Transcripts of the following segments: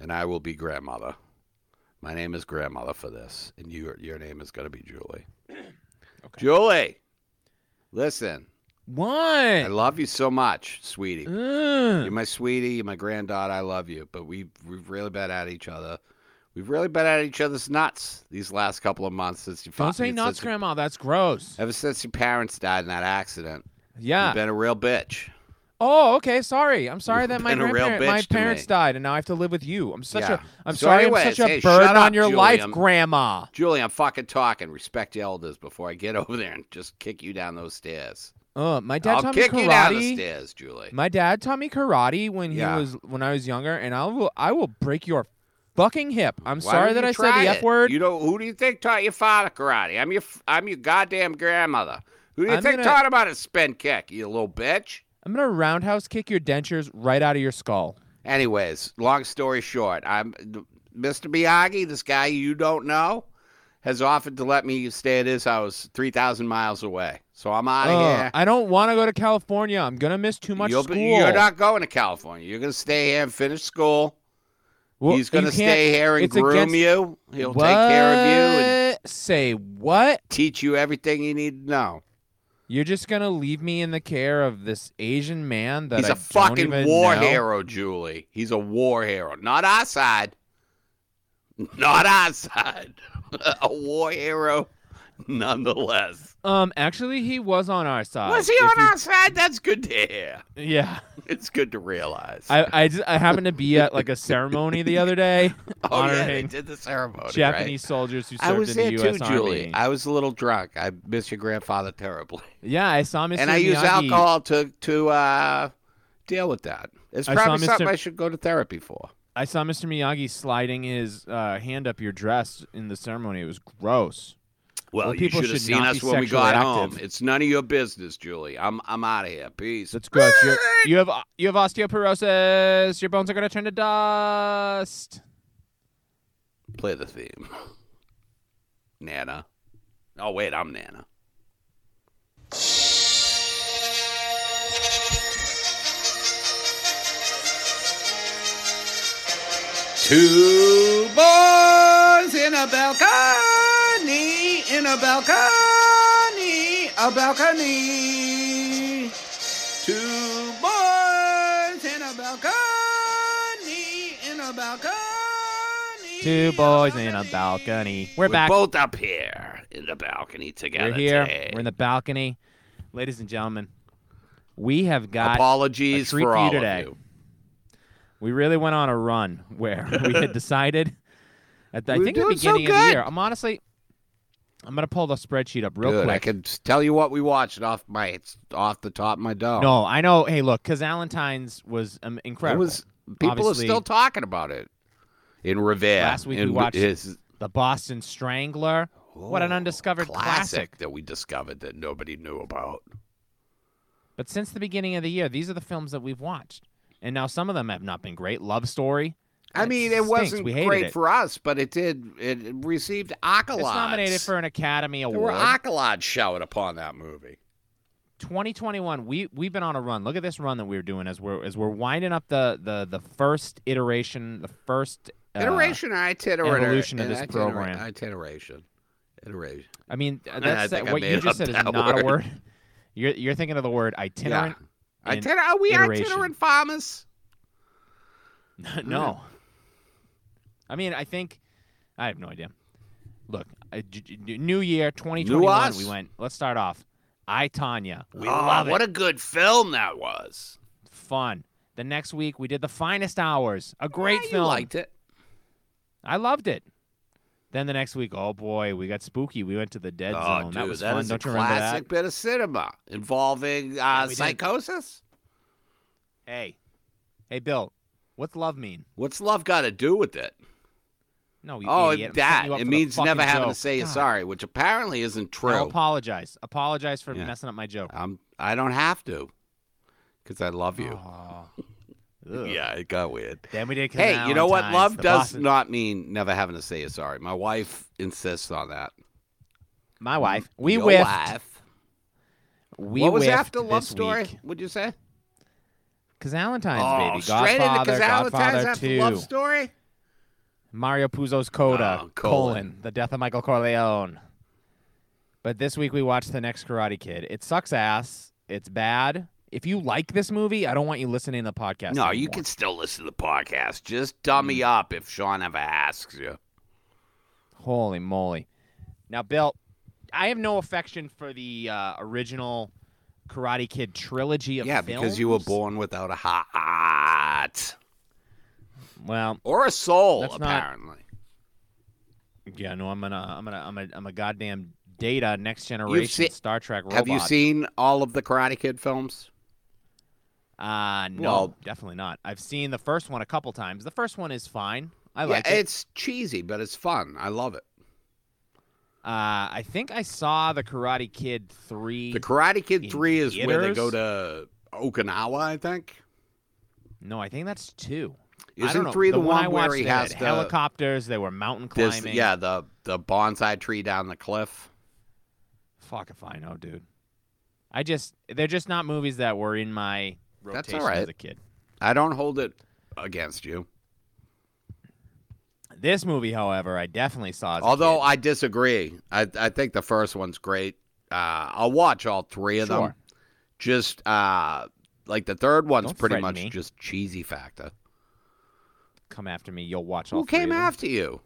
and I will be grandmother. My name is grandmother for this, and your your name is going to be Julie. Julie, listen, I What? love you so much, sweetie. Uh. You're Ugh. my sweetie. You're my granddaughter. I love you. But we we've really been at each other. We've really been at each other's nuts these last couple of months since you. fi- Don't say since nuts, you- Grandma. That's gross. Ever since your parents died in that accident, Yeah. you've been a real bitch. Oh, okay. Sorry. I'm sorry You've that my been a real grandparent, my bitch to parents me. died, and now I have to live with you. I'm such Yeah. a. I'm So sorry. I'm anyways, such a hey, shut burden up, on your Julie. life, I'm- Grandma. Julie, I'm fucking talking. Respect the elders before I get over there and just kick you down those stairs. Uh, my dad I'll taught kick me you down the karate. stairs, Julie. my dad taught me karate when Yeah. he was when I was younger, and I will I will break your fucking hip. I'm Why sorry don't that you I said try the it? f word. You know who do you think taught your father karate? I'm your f- I'm your goddamn grandmother. Who do you I'm think gonna- taught about a spin kick? You little bitch. I'm gonna roundhouse kick your dentures right out of your skull. Anyways, long story short, I'm Mr. Miyagi, this guy you don't know, has offered to let me stay at his house 3,000 miles away. So I'm out of Ugh, here. I don't want to go to California. I'm gonna miss too much You'll school. be- you're not going to California. You're going to stay here and finish school. Well, He's going you to can't- stay here and it's groom against- you. He'll take care of you and What? Say what? teach you everything you need to know. You're just gonna leave me in the care of this Asian man that He's a a fucking war hero, Julie. He's a war hero. Not our side. Not our side. a war hero, nonetheless. Um, actually, he was on our side. Was he Uh, If on you- our side? That's good to hear. Yeah, It's good to realize. I I, just, I happened to be at like a ceremony the other day oh, yeah, they honoring did the ceremony. right? Japanese soldiers who served I was in there the too, U.S. Julie. Army. I was a little drunk. I miss your grandfather terribly, yeah, I saw Mr. and I use Miyagi. alcohol to to uh, deal with that. It's I saw probably something Mr. I should go to therapy for. I saw Mr. Miyagi sliding his uh, hand up your dress in the ceremony. It was gross. Well, Well, you people should have should seen not us be when we sexually got active. home. It's none of your business, Julie. I'm I'm out of here. Peace. That's gross. You're, you have you have osteoporosis. Your bones are gonna turn to dust. Play the theme. Nana. Oh wait, I'm Nana. Two boys in a balcony, in a balcony, a balcony. Two boys in a balcony, in a balcony. Two boys in a balcony. We're, We're back. both up here in the balcony together. We're here. today. We're in the balcony, ladies and gentlemen. We have got. Apologies a treat for for you all today. of you. we really went on a run where we had decided at the, I We're think the doing so beginning of the year. good. I'm honestly, I'm gonna pull the spreadsheet up real Good. quick. I can s- tell you what we watched off my it's off the top of my dome. No, I know. Hey, look, because Valentine's was um, it incredible. was people Obviously- are still talking about it in Revere. Last week we in watched his, the Boston Strangler. what an Oh, undiscovered classic. that we discovered that nobody knew about. But since the beginning of the year, these are the films that we've watched, and now some of them have not been great. Love Story. I It mean, it stinks. wasn't We hated great it. for us, but it did. It received accolades. It's nominated for an Academy There were Award. accolades showered upon that movie. 2021. We we've been on a run. Look at this run that we were doing as we're as we're winding up the the the first iteration, the first uh, Iteration, I itineration, evolution of this program. Iteration, iteration. I mean, that's I think I what you made just up said is that not a word. word. You're you're thinking of the word itinerant. Yeah. and Iten- are we iteration. itinerant farmers? no. I mean, I think I have no idea. Look, I- j- j- new year 2021. We us. went. Let's start off. I Tanya. We Oh, love it. What a good film that was. Fun. The next week we did the finest hours. A great Yeah, you film. liked it. I loved it. Then the next week, oh boy, we got spooky. We went to the dead oh, zone. dude, that was that fun. is Don't a you remember that? classic bit of cinema involving uh, we did. psychosis. Hey, hey, Bill, what's love mean? What's love got to do with it? No, you oh, idiot. I'm setting that you it up for the means never fucking having joke. to say you're God. sorry, which apparently isn't true. Now apologize. Apologize for Yeah. messing up my joke. I'm, I don't have to, because I love you. Aw. Oh, Ugh. Yeah, it got weird. Then we did. Hey, you know what? Valentine's, Love the does Boston- not mean never having to say you're sorry. My wife insists on that. My wife. We Your whiffed. wife. We what was whiffed after Love this Story? week. Would you say? Valentine's, oh, baby. straight into Godfather. Valentine's Godfather after two. Love Story. Mario Puzo's Coda, Oh, colon. colon, The Death of Michael Corleone. But this week we watched The Next Karate Kid. It sucks ass. It's bad. If you like this movie, I don't want you listening to the Mm. podcast. No, you anymore. can still listen to the podcast. Just dummy up if Sean ever asks you. Holy moly. Now, Bill, I have no affection for the uh, original Karate Kid trilogy of Yeah, because you were films. born without a heart Well, or a soul, That's not- apparently. yeah, no, I'm gonna, I'm gonna, I'm a, I'm a goddamn data next generation You've seen- Star Trek robot. Have you seen all of the Karate Kid films? Uh, no, Well- definitely not. I've seen the first one a couple times. The first one is fine. I yeah, like it. it's cheesy, but it's fun. I love it. Uh, I think I saw the Karate Kid three. The Karate Kid In 3 is where they theaters? go to Okinawa, I think. no, I think that's two. I don't Isn't know. 3 the, one, I where watched, he they had has the helicopters? They were mountain this- climbing. yeah, the the bonsai tree down the cliff. Fuck if I know, dude. I just they're just not movies that were in my rotation all right. as a kid. I don't hold it against you. This movie, however, I definitely saw. As Although a I disagree. I, I think the first one's great. Uh, I'll watch all three kid. of them. Sure. Just uh, like the third one's Don't pretty threaten much me. just cheesy factor. come after me, you'll watch all. Who three of came them. after you?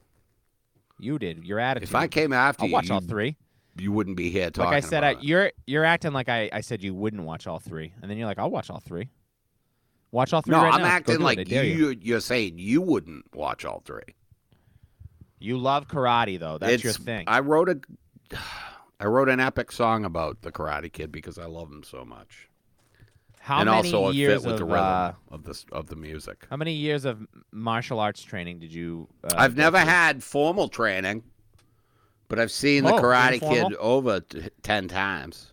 You did. Your attitude. If I came after I'll you, watch you, all three. you wouldn't be here talking Like I said, I, about it. you're you're acting like I, I said you wouldn't watch all three, and then you're like, I'll watch all three. Watch all three. No, right I'm now. Go acting do it. I like dare you. you, you're saying you wouldn't watch all three. You love karate though. That's your It's- thing. I wrote a I wrote an epic song about the Karate Kid because I love him so much. how and many also it years fit with of the rhythm uh, of this of the music. how many years of martial arts training did you? Uh, I've go never through? had formal training, but I've seen Oh, the Karate informal? Kid over t- ten times.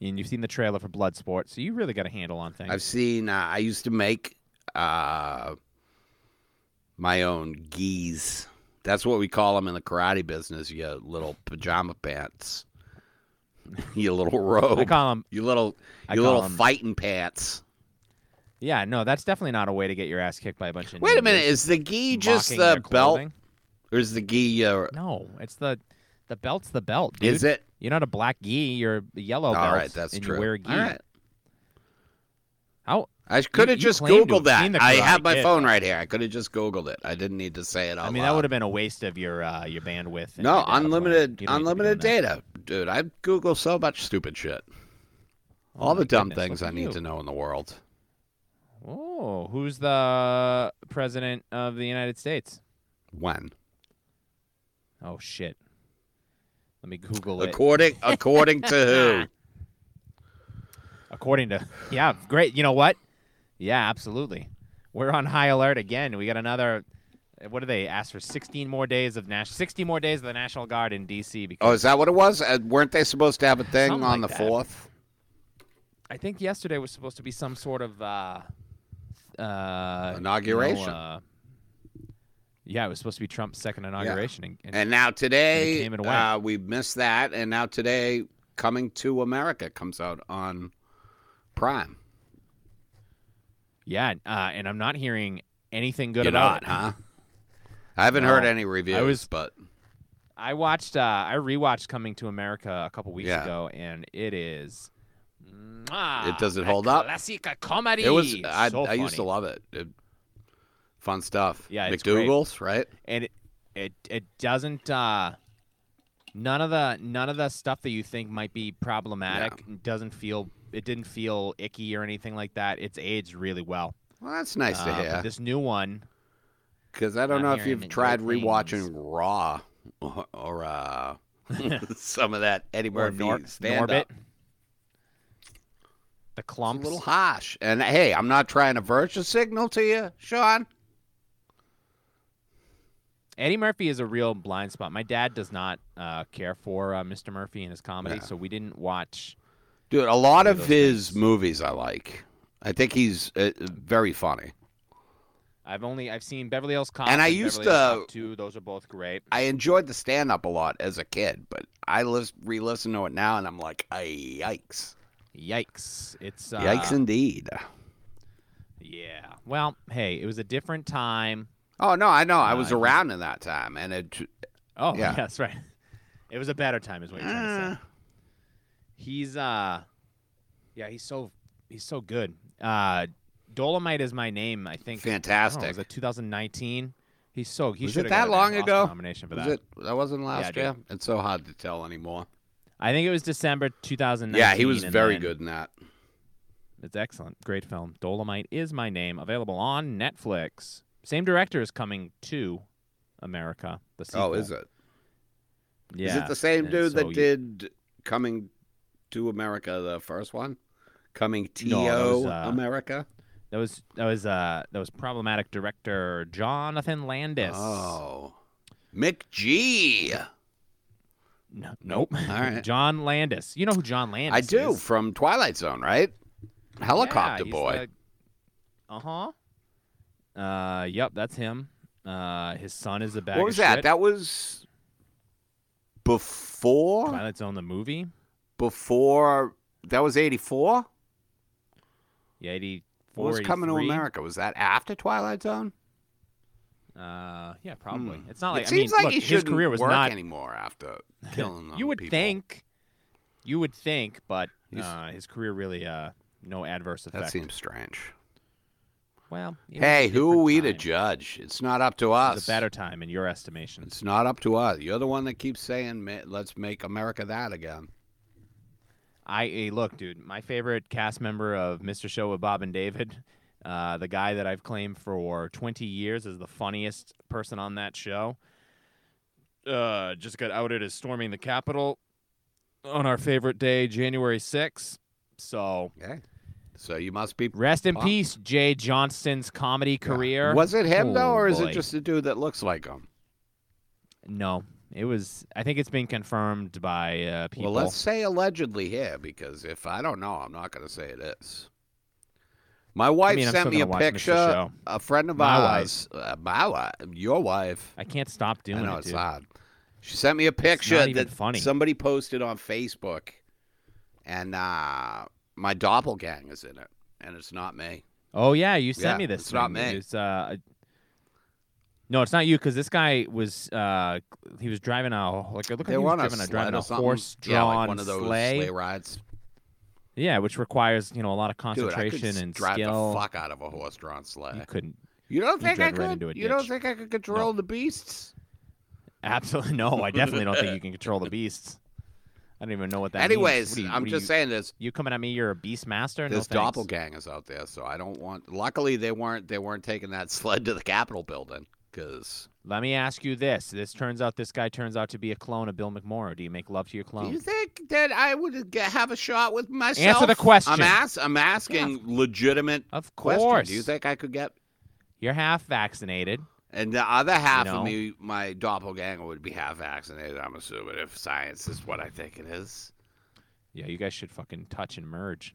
and you've seen the trailer for Bloodsport, so you really got a handle on things. I've seen. Uh, I used to make uh, my own geese. That's what we call them in the karate business. You little pajama pants. you little I robe. call 'em- you little. I you call little 'em- fighting pants. Yeah, no, that's definitely not a way to get your ass kicked by a bunch of. Wait a ninjas minute. Is the gi just mocking their the belt, clothing. or is the gi? Uh, No, it's the the belt's the belt, dude. is it? You're not a black gi. You're a yellow All belt. right, that's and true. You wear a gi. All right. How? I could have you just claim to Googled have that. seen the I Karate have my Kid. phone right here. I could have just Googled it. I didn't need to say it out I mean, loud. that would have been a waste of your uh, your bandwidth. and your No, data plan. unlimited, You don't need to be unlimited doing that. data, dude. I Google so much stupid shit. Oh All my the dumb goodness, things look I at need you. to know in the world. Oh, who's the president of the United States? When, Oh shit. Let me Google it. according according to According to yeah, great. You know what? Yeah, absolutely. We're on high alert again. We got another. What do they ask for? Sixteen more days of national. Sixty more days of the National Guard in who? D.C. Oh, Because is that what it was? Uh, weren't they supposed to have a thing Something on like the that. fourth? I think yesterday was supposed to be some sort of uh, uh, you know, Inauguration. uh, yeah, it was supposed to be Trump's second inauguration, and, and And now today, came and went. uh, we missed that. And now today, Coming to America comes out on Prime. yeah, uh, and I'm not hearing anything good You're not, about it. huh? I haven't No. heard any reviews, was- but I watched uh, I rewatched Coming to America a couple weeks Yeah. ago, and it is. Mwah, It doesn't a hold up. Classic comedy. it was. I, So I used to funny. love it. it fun stuff. Yeah, it's great. McDougal's, right? and it it, it doesn't. Uh, none of the none of the stuff that you think might be problematic doesn't feel. It didn't feel icky or anything like that. It's aged really well. Well, that's nice to Uh, hear. but this new one, Because I don't I'm know if hearing you've the tried great rewatching Raw or, or uh, some of that Eddie or Murphy Nor- stand Norbit, up. the It's clumps. a little harsh. And hey, I'm not trying to virtue signal to you, Sean. Eddie Murphy is a real blind spot. My dad does not uh, care for uh, Mr. Murphy and his comedy, Yeah. so we didn't watch. Dude, a lot One of of those his things. movies I like. I think he's uh, very funny. I've only I've seen Beverly Hills Cop And I used Beverly to- Hills uh, Cop 2. Those are both great. I enjoyed the stand up a lot as a kid, but I lis- re listen to it now and I'm like, ay, yikes. Yikes! It's uh, Yikes indeed. Yeah. Well, hey, it was a different time. Oh no, I know. I was Uh, around in that time, and it. Oh, Yeah. yeah. that's right. It was a better time, is what you're trying to Eh. say. He's uh, yeah, he's so he's so good. Uh, Dolomite is my name. I think. Fantastic. Oh, was it 2019? He's so he Was should it that have got a long Dan Ross ago? Nomination for Was that. it that wasn't last dude. year? It's so hard to tell anymore. I think it was December 2019. Yeah, he was and very then- good in that. It's excellent. Great film. Dolomite is my name. Available on Netflix. Same director is coming to America. The Oh, sequel. is it? Yeah. Is it the same and dude that so you- did Coming to America, the first one? Coming to No, that was, uh, America? That was that was uh that was problematic director Jonathan Landis. Oh. Mick G. No, nope. All right. John Landis. You know who John Landis I do, is? from Twilight Zone, right? Helicopter Boy. Uh huh. Uh yep, that's him. Uh his son is a bad. what was that? That was before Twilight Zone the movie. before that was 84? Yeah, eighty four. What was Coming to America? Was that after Twilight Zone? Uh yeah, probably. Hmm. It's not like it I seems mean, like look, he his shouldn't career was work not anymore after killing them You would people. think you would think, but He's- uh, his career really uh no adverse effect. That seems strange. well, it was a Hey, who are different we to time. judge? It's not up to It us. was a better time in your estimation. It's not up to us. You're the one that keeps saying, "Ma- "Let's make America that again." I hey, look, dude. My favorite cast member of Mr. Show with Bob and David, uh, the guy that I've claimed for 20 years as the funniest person on that show, uh, just got outed as storming the Capitol on our favorite day, January 6th. So Okay. So you must be. rest in Wow. peace, Jay Johnston's comedy career. Was it him though, Oh, or is it boy. just a dude that looks like him? No, it was. I think it's been confirmed by uh, people. Well, let's say allegedly here, because if I don't know, I'm not going to say it is. My wife mean, I'm sent still me a gonna watch Mr. picture. Show. A friend of My wife. ours, uh, my wife, your wife. I can't stop doing I know it, it's dude. odd. She sent me a picture not even that funny. somebody posted on Facebook, and uh, my doppelgang is in it, and it's not me. Oh yeah, you sent Yeah, me this. it's not thing. me. It's, uh, no, it's not you because this guy was uh, he was driving a like it looked like They he was want a driving a, sled driving or a something. horse yeah, drawn like one of those sleigh. rides. Yeah, which requires you know a lot of Dude, I could concentration s- and drive skill. the fuck out of a horse-drawn You sleigh. couldn't You don't You think I drive right could? into a you don't ditch. think I could control the beasts? absolutely no. I definitely don't think you can control the beasts. I don't even know what that. means. Anyways, What are you- I'm what are just you, saying this. You coming at me? You're a beast master. There's no thanks. doppelgangers out there, so I don't want. Luckily, they weren't. They weren't taking that sled to the Capitol building because. Let me ask you this: This turns out this guy turns out to be a clone of Bill McMorrow. Do you make love to your Do you clone? think that I would g- have a shot with myself? Answer the question. I'm, ask, I'm asking legitimate Of course. questions. Do you think I could get? You're half vaccinated. And the other half No. of me, my doppelganger, would be half vaccinated. I'm assuming if science is what I think it is. Yeah, you guys should fucking touch and merge.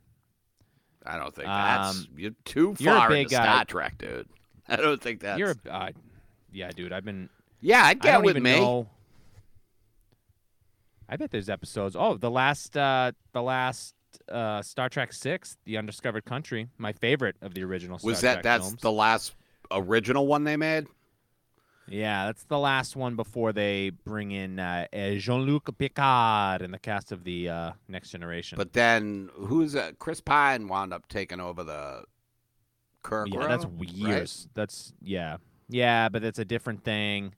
I don't think that's Um, you're too you're a far big into guy. Star Trek, dude. I don't think that's. You're, a, uh, yeah, dude. I've been. yeah, I'd I get don't with even me. know. I bet there's episodes. Oh, the last, uh the last uh Star Trek Six, The Undiscovered Country, my favorite of the original. Star Was that Trek that's films. the last original one they made? Yeah, that's the last one before they bring in uh, eh, Jean-Luc Picard and the cast of the uh, Next Generation. But then who's uh, Chris Pine wound up taking over the Kirk? yeah, that's role, right? years. That's yeah, yeah, but it's a different thing.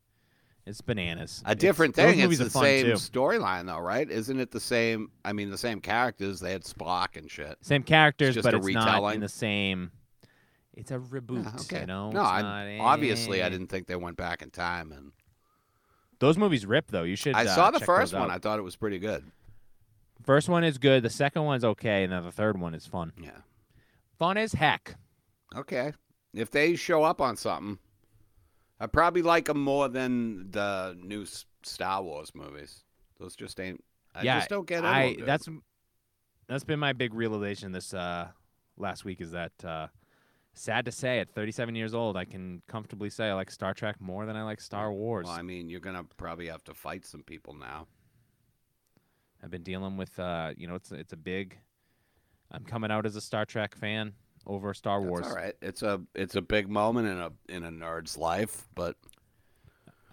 It's bananas. A It's- different those thing. It's movies the are fun, same too. storyline, though, right? Isn't it the same? I mean, the same characters. They had Spock and shit. same characters, just but a it's not retelling. in the same. It's a reboot, Ah, okay. you know. no, It's I'm, not, obviously eh. I didn't think they went back in time. And Those movies rip though. You should. I uh, saw the check those first one. I out. thought it was pretty good. First one is good. The second one's okay, and then the third one is fun. Yeah. Fun as heck. Okay. If they show up on something, I probably like them more than the new S- Star Wars movies. Those just ain't. I Yeah, just don't get into 'em, I dude. that's that's been my big realization this uh, last week is that uh, sad to say at 37 years old I can comfortably say I like Star Trek more than I like Star Wars. Well, I mean, you're gonna probably have to fight some people now. I've been dealing with uh, you know, it's it's a big. I'm coming out as a Star Trek fan. over Star That's Wars. all right. It's a it's a big moment in a in a nerd's life, but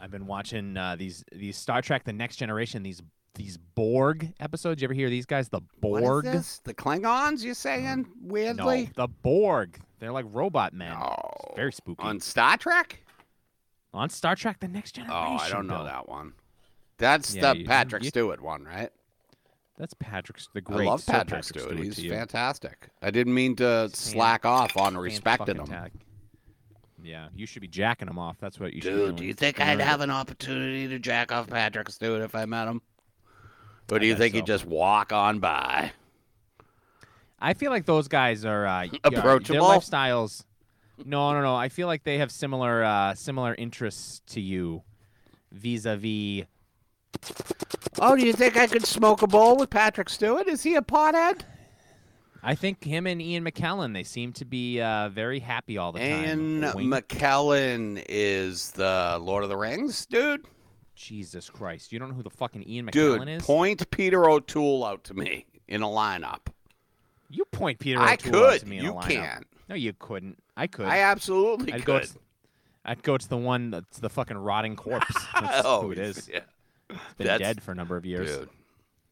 I've been watching uh, these these Star Trek: The Next Generation these these Borg episodes. You ever hear these guys? The what is Borg. Mm-hmm. this? the Klingons. You're saying No, weirdly the Borg. They're like robot men. No. It's very spooky. on On, Star Trek. Star Trek: The Next Oh, Generation. I don't know though. that one. That's Yeah, the you- Patrick you- Stewart one, right? That's Patrick's the great. I love Sir Patrick, Stewart. He's to you. fantastic. I didn't mean to He's fan- slack off on Fan respecting fucking him. tack. Yeah, you should be jacking him off. That's what you should. Dude, do you think I'd have an opportunity to jack off Patrick Stewart if I met him? Or do I you think think he'd so. just walk on by? I feel like those guys are uh, yeah, Approachable? Their lifestyles. No, no, no. I feel like they have similar uh, similar interests to you, vis-a-vis. Oh, do you think I could smoke a bowl with Patrick Stewart? Is he a pothead? I think him and Ian McKellen they seem to be uh, very happy all the Ian time. Wink. McKellen is the Lord of the Rings dude. Jesus Christ, you don't know who the fucking Ian McKellen Dude, is? point Peter O'Toole out to me in a lineup. you point Peter I O'Toole out could. to me in a You lineup. can't. No, you couldn't. I could. I absolutely I'd go. could. To, I'd go to the one that's the fucking rotting corpse. That's who it is. Oh, yeah. It's been that's- dead for a number of years. Dude,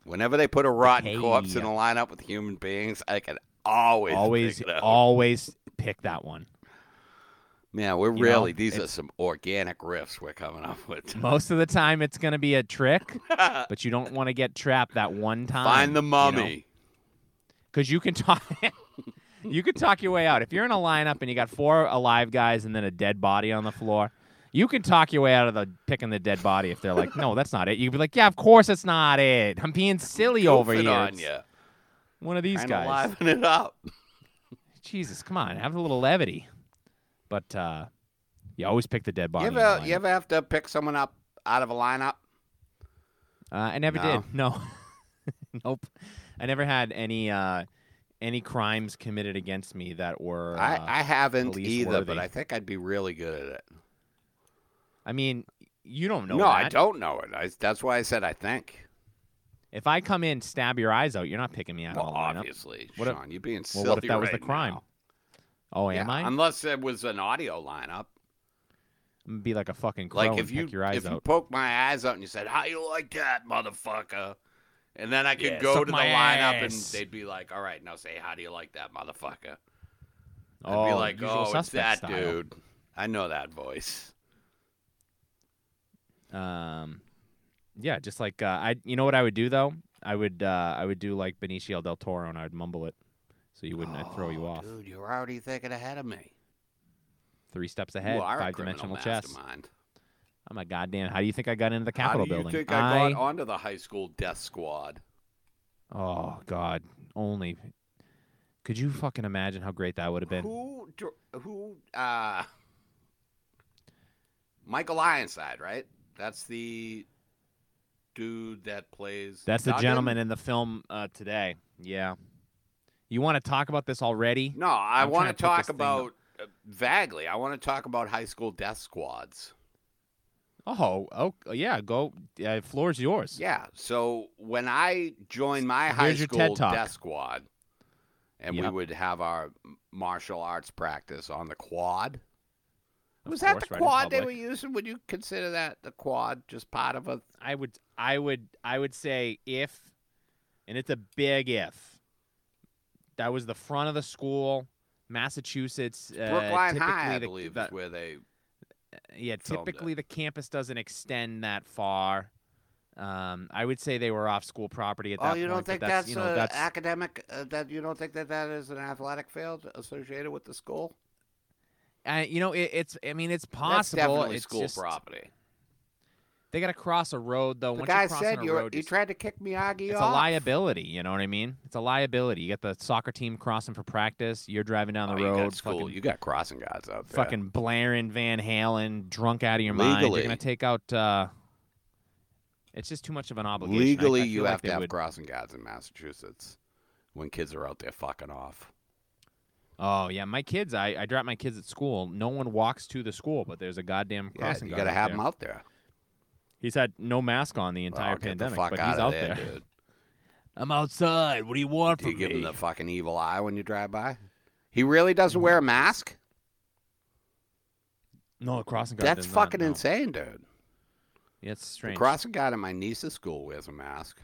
whenever they put a rotten Hey. corpse in a lineup with human beings, I can always, always, pick it up. always pick that one. Man, we're you really know, these are it's- some organic riffs we're coming up with. Most of the time, it's gonna be a trick, but you don't want to get trapped that one time. Find the mummy. because you, can talk. you can talk your way out if you're in a lineup and you got four alive guys and then a dead body on the floor. You can talk your way out of the picking the dead body if they're like, no, that's not it. You'd be like, yeah, of course it's not it. I'm being silly over Goofing here. on It's you. One of these Kind guys. of liven it up. Jesus, come on, have a little levity. But uh, you always pick the dead body. You in the ever, you lineup. ever have to pick someone up out of a lineup? Uh, I never No. did. No. nope. I never had any uh, any crimes committed against me that were. Uh, I, I haven't police either, but worthy. I think I'd be really good at it. I mean, you don't know. no, I that. don't know it. I, that's why I said I think. If I come in, stab your eyes out, you're not picking me out Well, of the lineup. obviously, What if- Sean, you're being Well, silly what if that was the right crime? now. Oh, Yeah, am I? I'm Unless it was an audio lineup. gonna be like a fucking crow Like if and you pick your eyes if you out. poke my eyes out and you said, "How you like that, motherfucker?" and then I could Yeah, go suck to the my lineup and ass. they'd be like, "All right, now say, how do you like that, motherfucker?" I'd oh, be like, usual "Oh, it's suspect that style. dude. I know that voice." Um, yeah, just like uh, I, you know what I would do though? I would, uh, I would do like Benicio del Toro, and I would mumble it, so you wouldn't. I'd throw you Oh, off. Dude, you're already thinking ahead of me. Three steps ahead, you are a five criminal dimensional chess. mastermind. I'm a goddamn. How do you think I got into the How Capitol do you building? think I, got onto the high school death squad? oh god, only. Could you fucking imagine how great that would have been? Who? dr- Who? Uh, Michael Ironside, right? That's the dude that plays. That's the Duggan? gentleman in the film uh, today. Yeah. You want to talk about this already? No, I I'm want trying to to put this talk thing about uh, vaguely. I want to talk about high school death squads. Oh, oh, yeah. Go. Uh, floor's yours. Yeah. So when I joined my high Here's your TED school Talk. death squad, and we Yep. would have our m- martial arts practice on the quad. Of Was that course, the right in quad they public. were using? Would you consider that the quad just part of a I would I would I would say if and it's a big if. That was the front of the school, Massachusetts. Uh, Brookline typically High, I the- believe, the- is where they. yeah, filmed it. typically the campus doesn't extend that far. Um, I would say they were off school property at that Oh, you don't point, but think that's, that's, you know uh, that's academic? Uh, that you don't think that that is an athletic field associated with the school? uh, you know it, it's I mean it's That's possible definitely it's school just, property. They got to cross a road though. The Once guy you cross said a you road, you it's- tried to kick Miyagi it's off. a liability. You know what I mean? It's a liability. You got the soccer team crossing for practice. You're driving down Oh, the you road, got school. fucking, you got crossing guards out there. fucking blaring Van Halen, drunk out of your mind. You're Legally. gonna take out. Uh, it's just too much of an obligation. I- I legally, feel you like have they to have would- crossing guards in Massachusetts when kids are out there fucking off. Oh yeah, my kids. I, I drop my kids at school. No one walks to the school, but there's a goddamn Yeah, crossing you guard got to out have there. them out there. He's had no mask on the Well, entire get pandemic, the fuck but out he's of out there, there. dude. I'm outside. What do you want Do you from give me? them the fucking evil eye when you drive by? He really doesn't wear a Mm-hmm. mask? No, the crossing guard. That's does not, fucking no. insane, dude. Yeah, it's The strange. crossing guard at my niece's school wears a mask.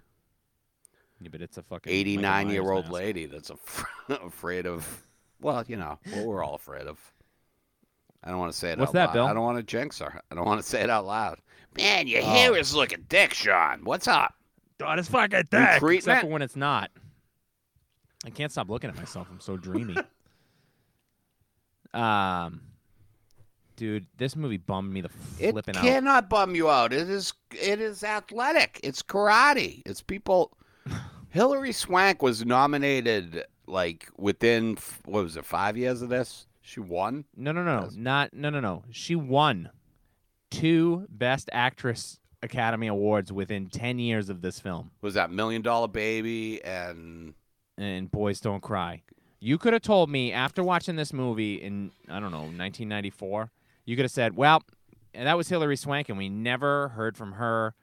yeah, but it's a fucking Michael 89 year Myers old mask. lady that's af- afraid of, well, you know, what we're all afraid of. I don't want to say it What's out that, loud. Bill? I don't want to jinx her. I don't want to say it out loud. Man, your Oh. hair is looking thick, Sean. What's up? God, it's fucking thick. thick. treatment? Except for when it's not. I can't stop looking at myself. I'm so dreamy. um, dude, this movie bummed me the It flipping out. cannot bum you out. It is it is athletic. It's karate. It's people. Hillary Swank was nominated like within f- what was it five years of this? She won. No, no, no, no, Yes. not no, no, no. She won two Best Actress Academy Awards within ten years of this film. Was that Million Dollar Baby and and Boys Don't Cry. You could have told me after watching this movie in I don't know 1994, you could have said, "Well, and that was Hillary Swank, and we never heard from her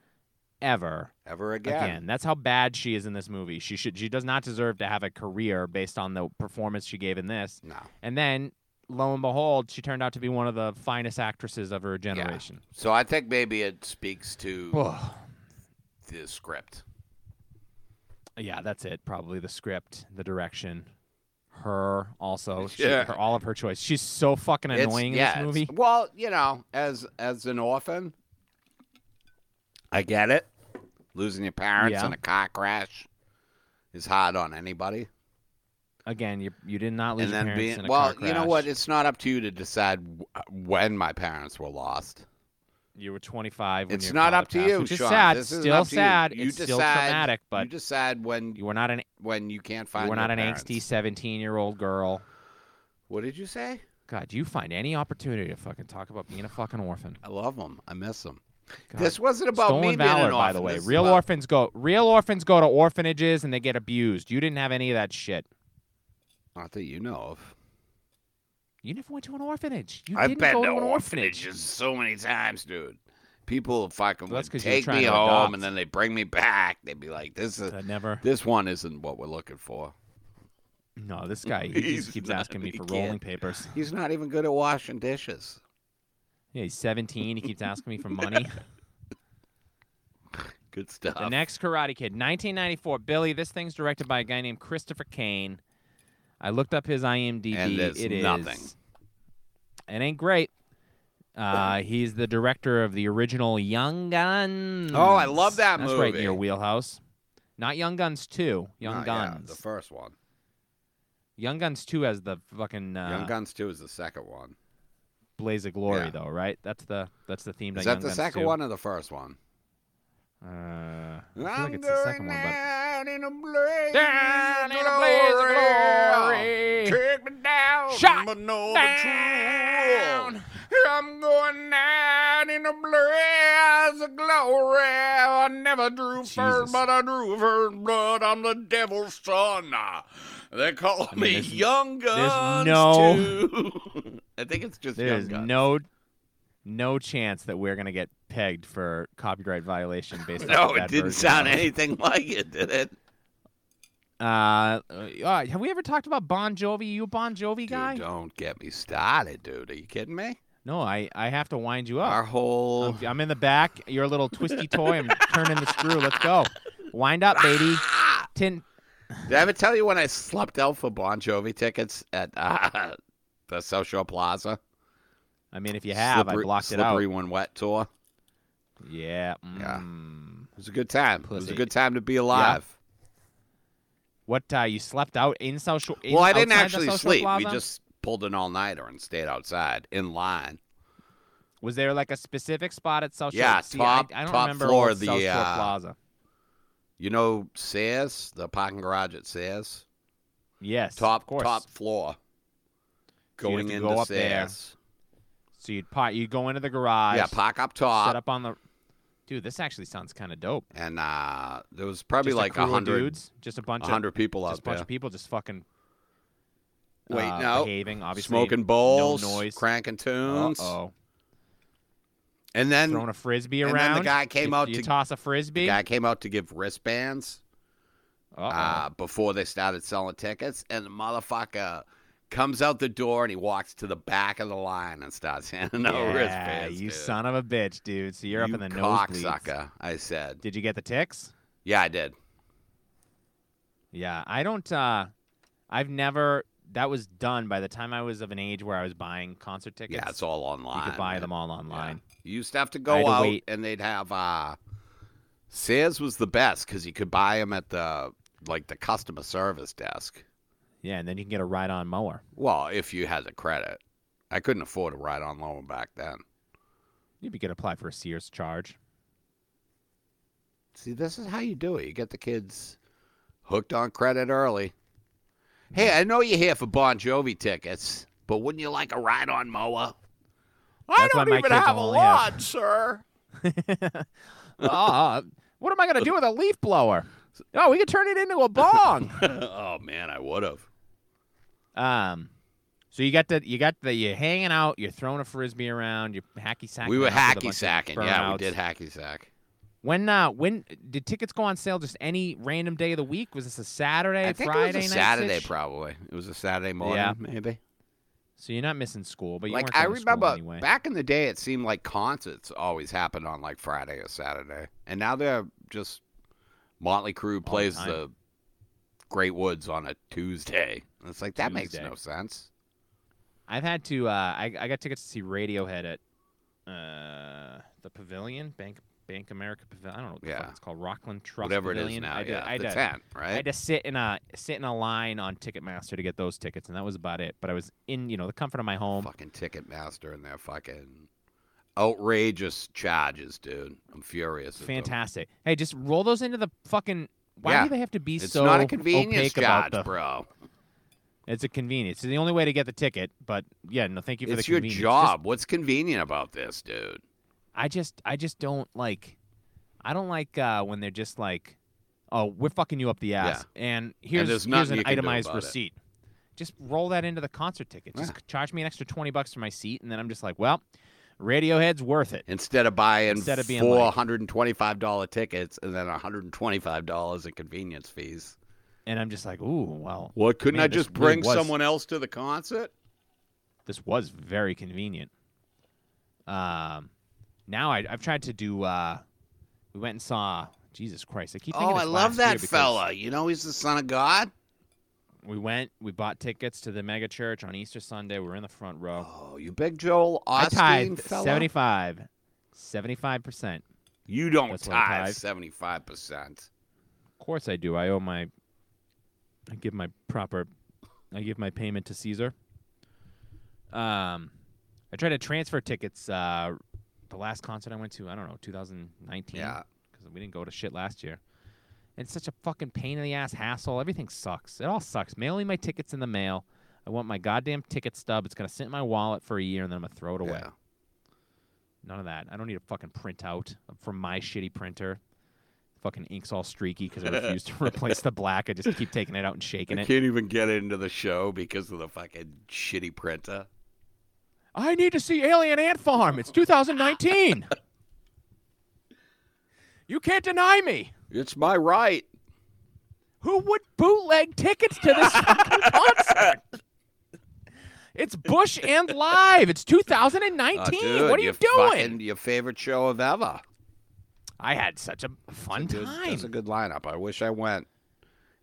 ever Ever Again? again." That's how bad she is in this movie. She should she does not deserve to have a career based on the performance she gave in this. No. And then lo and behold, she turned out to be one of the finest actresses of her generation. So I think maybe it speaks to Ugh. the script. Yeah, that's it. Probably the script, the direction, her also. She- Yeah. her, all of her choice. She's so fucking It's- annoying yeah, in it's- this movie. Well, you know, as as an orphan, I get it. Losing your parents Yeah. in a car crash is hard on anybody. Again, you you did not and lose your then parents being in a well, car you know what? crash. It's not up to you to decide w- when my parents were lost. You were 25. When It's your not father up to passed, you, Which is Sean. sad. This isn't still up to you. sad. You it's still decide- traumatic, you but you, decide when were not an when you can't find. you were your not an parents. angsty 17 year old girl. What did you say? God, you find any opportunity to fucking talk about being a fucking orphan. I love them. I miss them. God. This wasn't about Stolen me being valor, an orphan. by the way. This is Real about- orphans go. Real orphans go to orphanages and they get abused. You didn't have any of that shit. Not that you know of. You never went to an orphanage. You I've didn't been go to an orphanage. orphanages so many times, dude. People fucking Well, that's would 'cause you were take trying me to home adopt. and then they bring me back. They'd be like, "This is I Uh, never. this one isn't what we're looking for." No, this guy he He's just keeps not- asking me he for can't. rolling papers. He's not even good at washing dishes. Yeah, he's 17. He keeps asking me for money. Good stuff. The next Karate Kid, 1994. Billy, this thing's directed by a guy named Christopher Kane. I looked up his IMDb. And it's It is- nothing. It ain't great. Uh, he's the director of the original Young Guns. Oh, I love that That's right in your movie. wheelhouse. Not Young Guns 2. Young Ah, yeah, Guns. the first one. Young Guns 2 has the fucking uh, Young Guns Two is the second one. Blaze of Glory, Yeah. though, right? That's the that's the theme. Is to that Young the Guns second 2. one or the first one? Uh, I feel I'm like it's the going second one, but down in a blaze Down of in a blaze of glory. Take me down, Shot but know down. the truth. I'm going down in a blaze of glory. I never drew Jesus. first, but I drew first blood. I'm the devil's son. They call mean, me there's- Young Guns no- too. I think it's just There's Young Guns. no no chance that we're gonna get pegged for copyright violation based on no, that it didn't version sound of- anything like it, did it? Uh, uh, uh, have we ever talked about Bon Jovi? You a Bon Jovi guy? Dude, don't get me started, dude. Are you kidding me? No, I I have to wind you up. Our whole I'm, I'm in the back. You're a little twisty toy. I'm turning the screw. Let's go. Wind up, baby. Ah! Tin. Did I ever tell you when I slept out for Bon Jovi tickets at uh, the South Shore Plaza? I mean, if you have, Slippery- I blocked it out. Slippery when wet tour. Yeah. Yeah. mm. It was a good time. It was Pussy. a good time to be alive. What? Uh, you slept out in South Shore? in- Well, I didn't outside the actually South Shore sleep. We Plaza? just pulled an all nighter and stayed outside in line. Was there like a specific spot at South Shore? Yeah, See, I- top- I, don't top remember floor old of the, South Shore uh, Plaza. You know Sears, the parking garage at Sears, Yes, top of course. top floor. So you'd Going have to into go up there, Sears, So you'd pot, you'd go into the garage. yeah, park up set top, up on the. Dude, this actually sounds kind of dope. and uh, there was probably just like a crew of hundred dudes, just a bunch of hundred people just out a bunch there. of people just fucking. Wait, uh, no. behaving obviously smoking bowls, noise. cranking tunes, Oh, and then throwing a frisbee and around. then the guy came you, out You to toss a frisbee. the guy came out to give wristbands Uh-oh. uh, before they started selling tickets, and the motherfucker comes out the door and he walks to the back of the line and starts handing out yeah, wristbands. you dude. son of a bitch, dude. So you're You up in the nosebleeds. cocksucker, I said. Did you get the ticks? Yeah, I did. Yeah, I don't. uh I've never. That was done by the time I was of an age where I was buying concert tickets. Yeah, it's all you online. could buy man. them all Yeah. online. You used to have to I had go to out wait. and they'd have uh Sears was the best cuz you could buy them at the like the customer service desk. Yeah, and then you can get a ride-on mower. Well, if you had the credit. I couldn't afford a ride on loan back then. You could apply for a Sears charge. See, this is how you do it. You get the kids Mm-hmm. hooked on credit early. Hey, I know you're here for Bon Jovi tickets, but wouldn't you like a ride on mower? That's why my kids only have- sir. Ah, what am I gonna do with a leaf blower? Oh, we could turn it into a bong. oh man, I would have. um, so you got the you got the you're hanging out, you're throwing a frisbee around, you're hacky sacking. We were around hacky with a bunch of sacking. Yeah, we burnouts. did hacky sack. When uh when did tickets go on sale? Just any random day of the week? Was this a Saturday, I think Friday it was a night? Saturday, sitch? probably. It was a Saturday morning, Yeah. maybe. So you're not missing school, but you like weren't I going to school remember anyway. back in the day, it seemed like concerts always happened on like Friday or Saturday, and now they're just Motley Crue plays time. the Great Woods on a Tuesday. And it's like that makes Tuesday. no sense. I've had to. Uh, I I got tickets to see Radiohead at uh, the Pavilion, Bank Bank America Pavilion. I don't know what the fuck Yeah. it's called, Rockland Trust Whatever it is Pavilion. now, I did, yeah, I the did, tent, I had right? to sit in a sit in a line on Ticketmaster to get those tickets, and that was about it. But I was in, you know, the comfort of my home. Fucking Ticketmaster and their fucking outrageous charges, dude. I'm furious. at them. Fantastic. Hey, just roll those into the fucking. Why Yeah. do they have to be It's so not a convenience opaque about charge, the? bro. It's a convenience. It's the only way to get the ticket. But yeah, no, thank you for It's the your convenience. Just- job. What's convenient about this, dude? I just I just don't like I don't like uh, when they're just like, oh, we're fucking you up the ass, and here's there's here's nothing an you can do itemized about it. receipt. Just roll that into the concert ticket. Just charge me an extra twenty bucks for my seat, and then I'm just like, well, Radiohead's worth it. instead of buying Instead of being four like- hundred and twenty-five dollar tickets and then hundred and twenty-five dollars in convenience fees. And I'm just like, ooh, well, What couldn't Man, I just this really bring was- someone else to the concert? this was very convenient. Um, now I, I've tried to do. Uh, we went and saw Jesus Christ. I keep thinking Oh, I it's love last year that because- fella. You know he's the son of God. We went. We bought tickets to the mega church on Easter Sunday. We were in the front row. Oh, you big Joel I Austin tithed fella. 75. 75%. Of You don't That's what I tithe tithe. seventy-five percent. course I do. I owe my I give my proper I give my payment to Caesar. Um I tried to transfer tickets uh the last concert I went to, I don't know, 2019 Yeah. cuz we didn't go to shit last year. And it's such a fucking pain in the ass hassle. Everything sucks. It all sucks. Mail me my tickets in the mail. I want my goddamn ticket stub. It's going to sit in my wallet for a year and then I'm going to throw it away. Yeah. None of that. I don't need a fucking printout from my shitty printer. Fucking ink's all streaky because I refuse to replace the black. I just keep taking it out and shaking I it. can't even get into the show because of the fucking shitty printer. I need to see Alien Ant Farm. It's 2019. you can't deny me. It's my right. Who would bootleg tickets to this fucking concert? It's Bush and Live. It's 2019. Uh, dude, what are you your doing? fucking- your favorite show of ever. I had such a fun Good- time. That's a good lineup. I wish I went.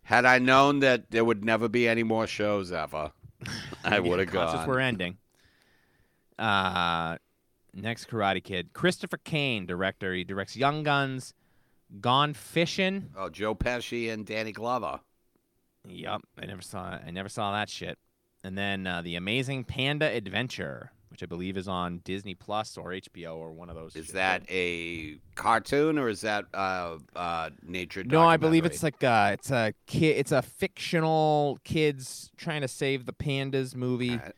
Had I known that there would never be any more shows ever, I would have Concerts gone. We're ending. Uh, next Karate Kid, Christopher Kane, director. He directs Young Guns, Gone Fishing. oh, Joe Pesci and Danny Glover. Yup, I never saw. I never saw that shit. And then uh, the Amazing Panda Adventure, which I believe is on Disney Plus or HBO or one of those. Is shit. that a cartoon or is that uh, uh, nature? No, I believe it's documentary? like uh, it's a kid. It's a fictional kids trying to save the pandas movie. All right. Uh,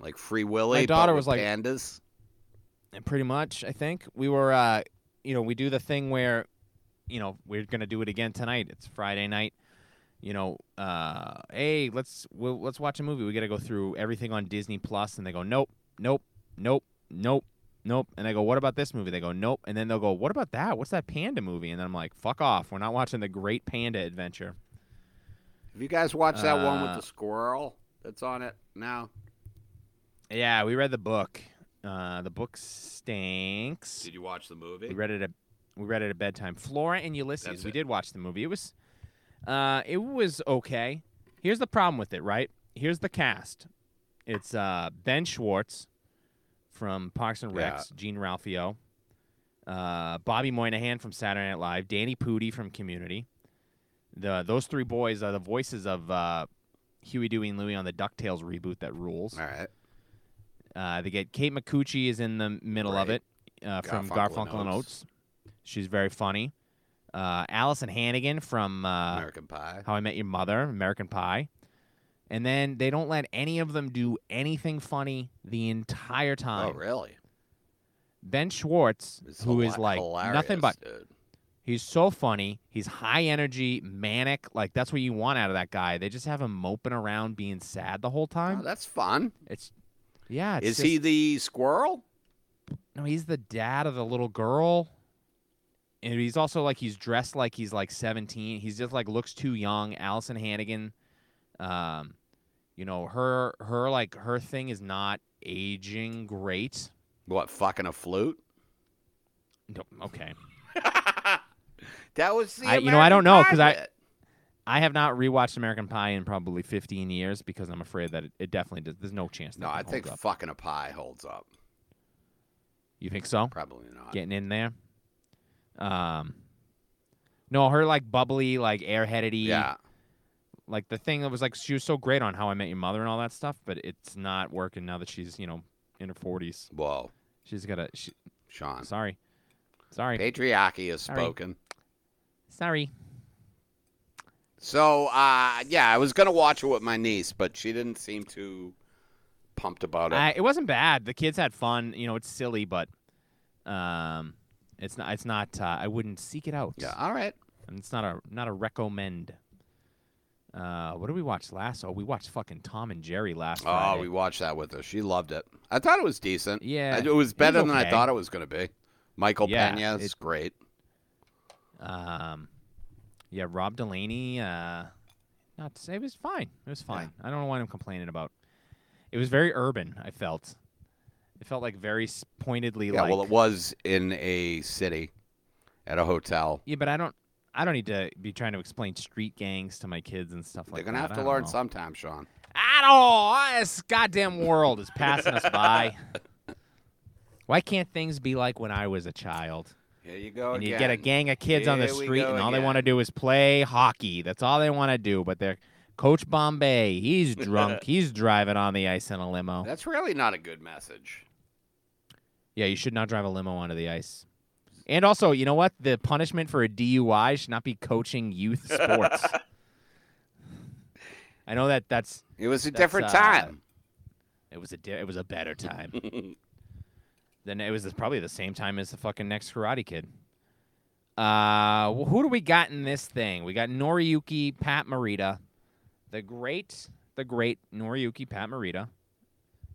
like Free Willy. My daughter but was with like- pandas. And pretty much i think we were uh you know we do the thing where you know we're gonna do it again tonight it's friday night you know uh hey let's we'll, let's watch a movie we gotta go through everything on disney plus and they go nope nope nope nope nope and i go what about this movie they go nope and then they'll go what about that what's that panda movie and then i'm like fuck off we're not watching the great panda adventure Have you guys watched that one with Uh, the squirrel? that's on it now. Yeah, we read the book. Uh, the book stinks. Did you watch the movie? We read it at we read it at bedtime. Flora and Ulysses. That's we it. did watch the movie. It was uh, it was okay. Here's the problem with it, right? Here's the cast. It's uh, Ben Schwartz from Parks and Yeah. Recs, Gene Ralphio, uh, Bobby Moynihan from Saturday Night Live, Danny Pudi from Community. The those three boys are the voices of uh, Huey, Dewey, and Louie on the Ducktales reboot that rules. All right. Uh, they get Kate McCucci is in the middle of Right. it uh, from Garfunkel and Garfunkel and Oates. Oates. She's very funny. Uh, Allison Hannigan from uh, American Pie. How I Met Your Mother, American Pie. And then they don't let any of them do anything funny the entire time. Oh, really? Ben Schwartz, It's who is hila- like nothing hilarious, but dude. he's so funny, he's high energy, manic, like that's what you want out of that guy. They just have him moping around being sad the whole Oh, time. that's fun. it's yeah, it's is just- he the squirrel? No, he's the dad of the little girl. And he's also like he's dressed like he's like 17. He's just like looks too young. Allison Hannigan um you know, her her like her thing is not aging great. What fucking a flute? No, okay. That was the I- you know, I don't know, 'cause I- American I have not rewatched American Pie in probably 15 years because I'm afraid that it, it definitely does. There's no chance Pie. that No, that I holds think up. fucking a pie holds up. You think so? Probably not. Getting in there. Um No, her like bubbly, like airheadedy yeah. like the thing that was like she was so great on How I Met Your Mother and all that stuff, but it's not working now that she's you know in her forties. Whoa, She's got a she, Sean. sorry, sorry, Patriarchy is Sorry. spoken. sorry. So, uh, yeah, I was gonna watch it with my niece, but she didn't seem too pumped about it. I, it wasn't bad. The kids had fun. You know, it's silly, but um, it's not. It's not. Uh, I wouldn't seek it out. yeah. All right. and it's not a not a recommend. Uh, what did we watch last? Oh, we watched fucking Tom and Jerry last. Oh, Friday. we watched that with her. She loved it. I thought it was decent. Yeah, I- it was better than I okay. thought it was gonna be. Michael Yeah, Pena is it- great. Um, yeah, Rob Delaney. Uh, not to say it was fine. It was fine. I don't know what I'm complaining about. It was very urban. I felt. It felt like very s- pointedly Yeah. like. Well, it was in a city, at a hotel. Yeah, but I don't. I don't need to be trying to explain street gangs to my kids and stuff They're like that. gonna I have to don't learn know. sometime, Sean. I don't. This goddamn world is passing us by. Why can't things be like when I was a child? Here you go and Oh, again. you get a gang of kids on the Here we street, go and all they again. want to do is play hockey. That's all they want to do. But their coach Bombay, he's drunk. he's driving on the ice in a limo. That's really not a good message. Yeah, you should not drive a limo onto the ice. And also, you know what? The punishment for a DUI should not be coaching youth sports. I know that that's It was a That's, different uh, time. it was a di- it was a better time. then it was the- probably the same time as the fucking next Karate Kid. Uh, wh- who do we got in this thing? We got Noriyuki Pat Morita, the great, the great Noriyuki Pat Morita.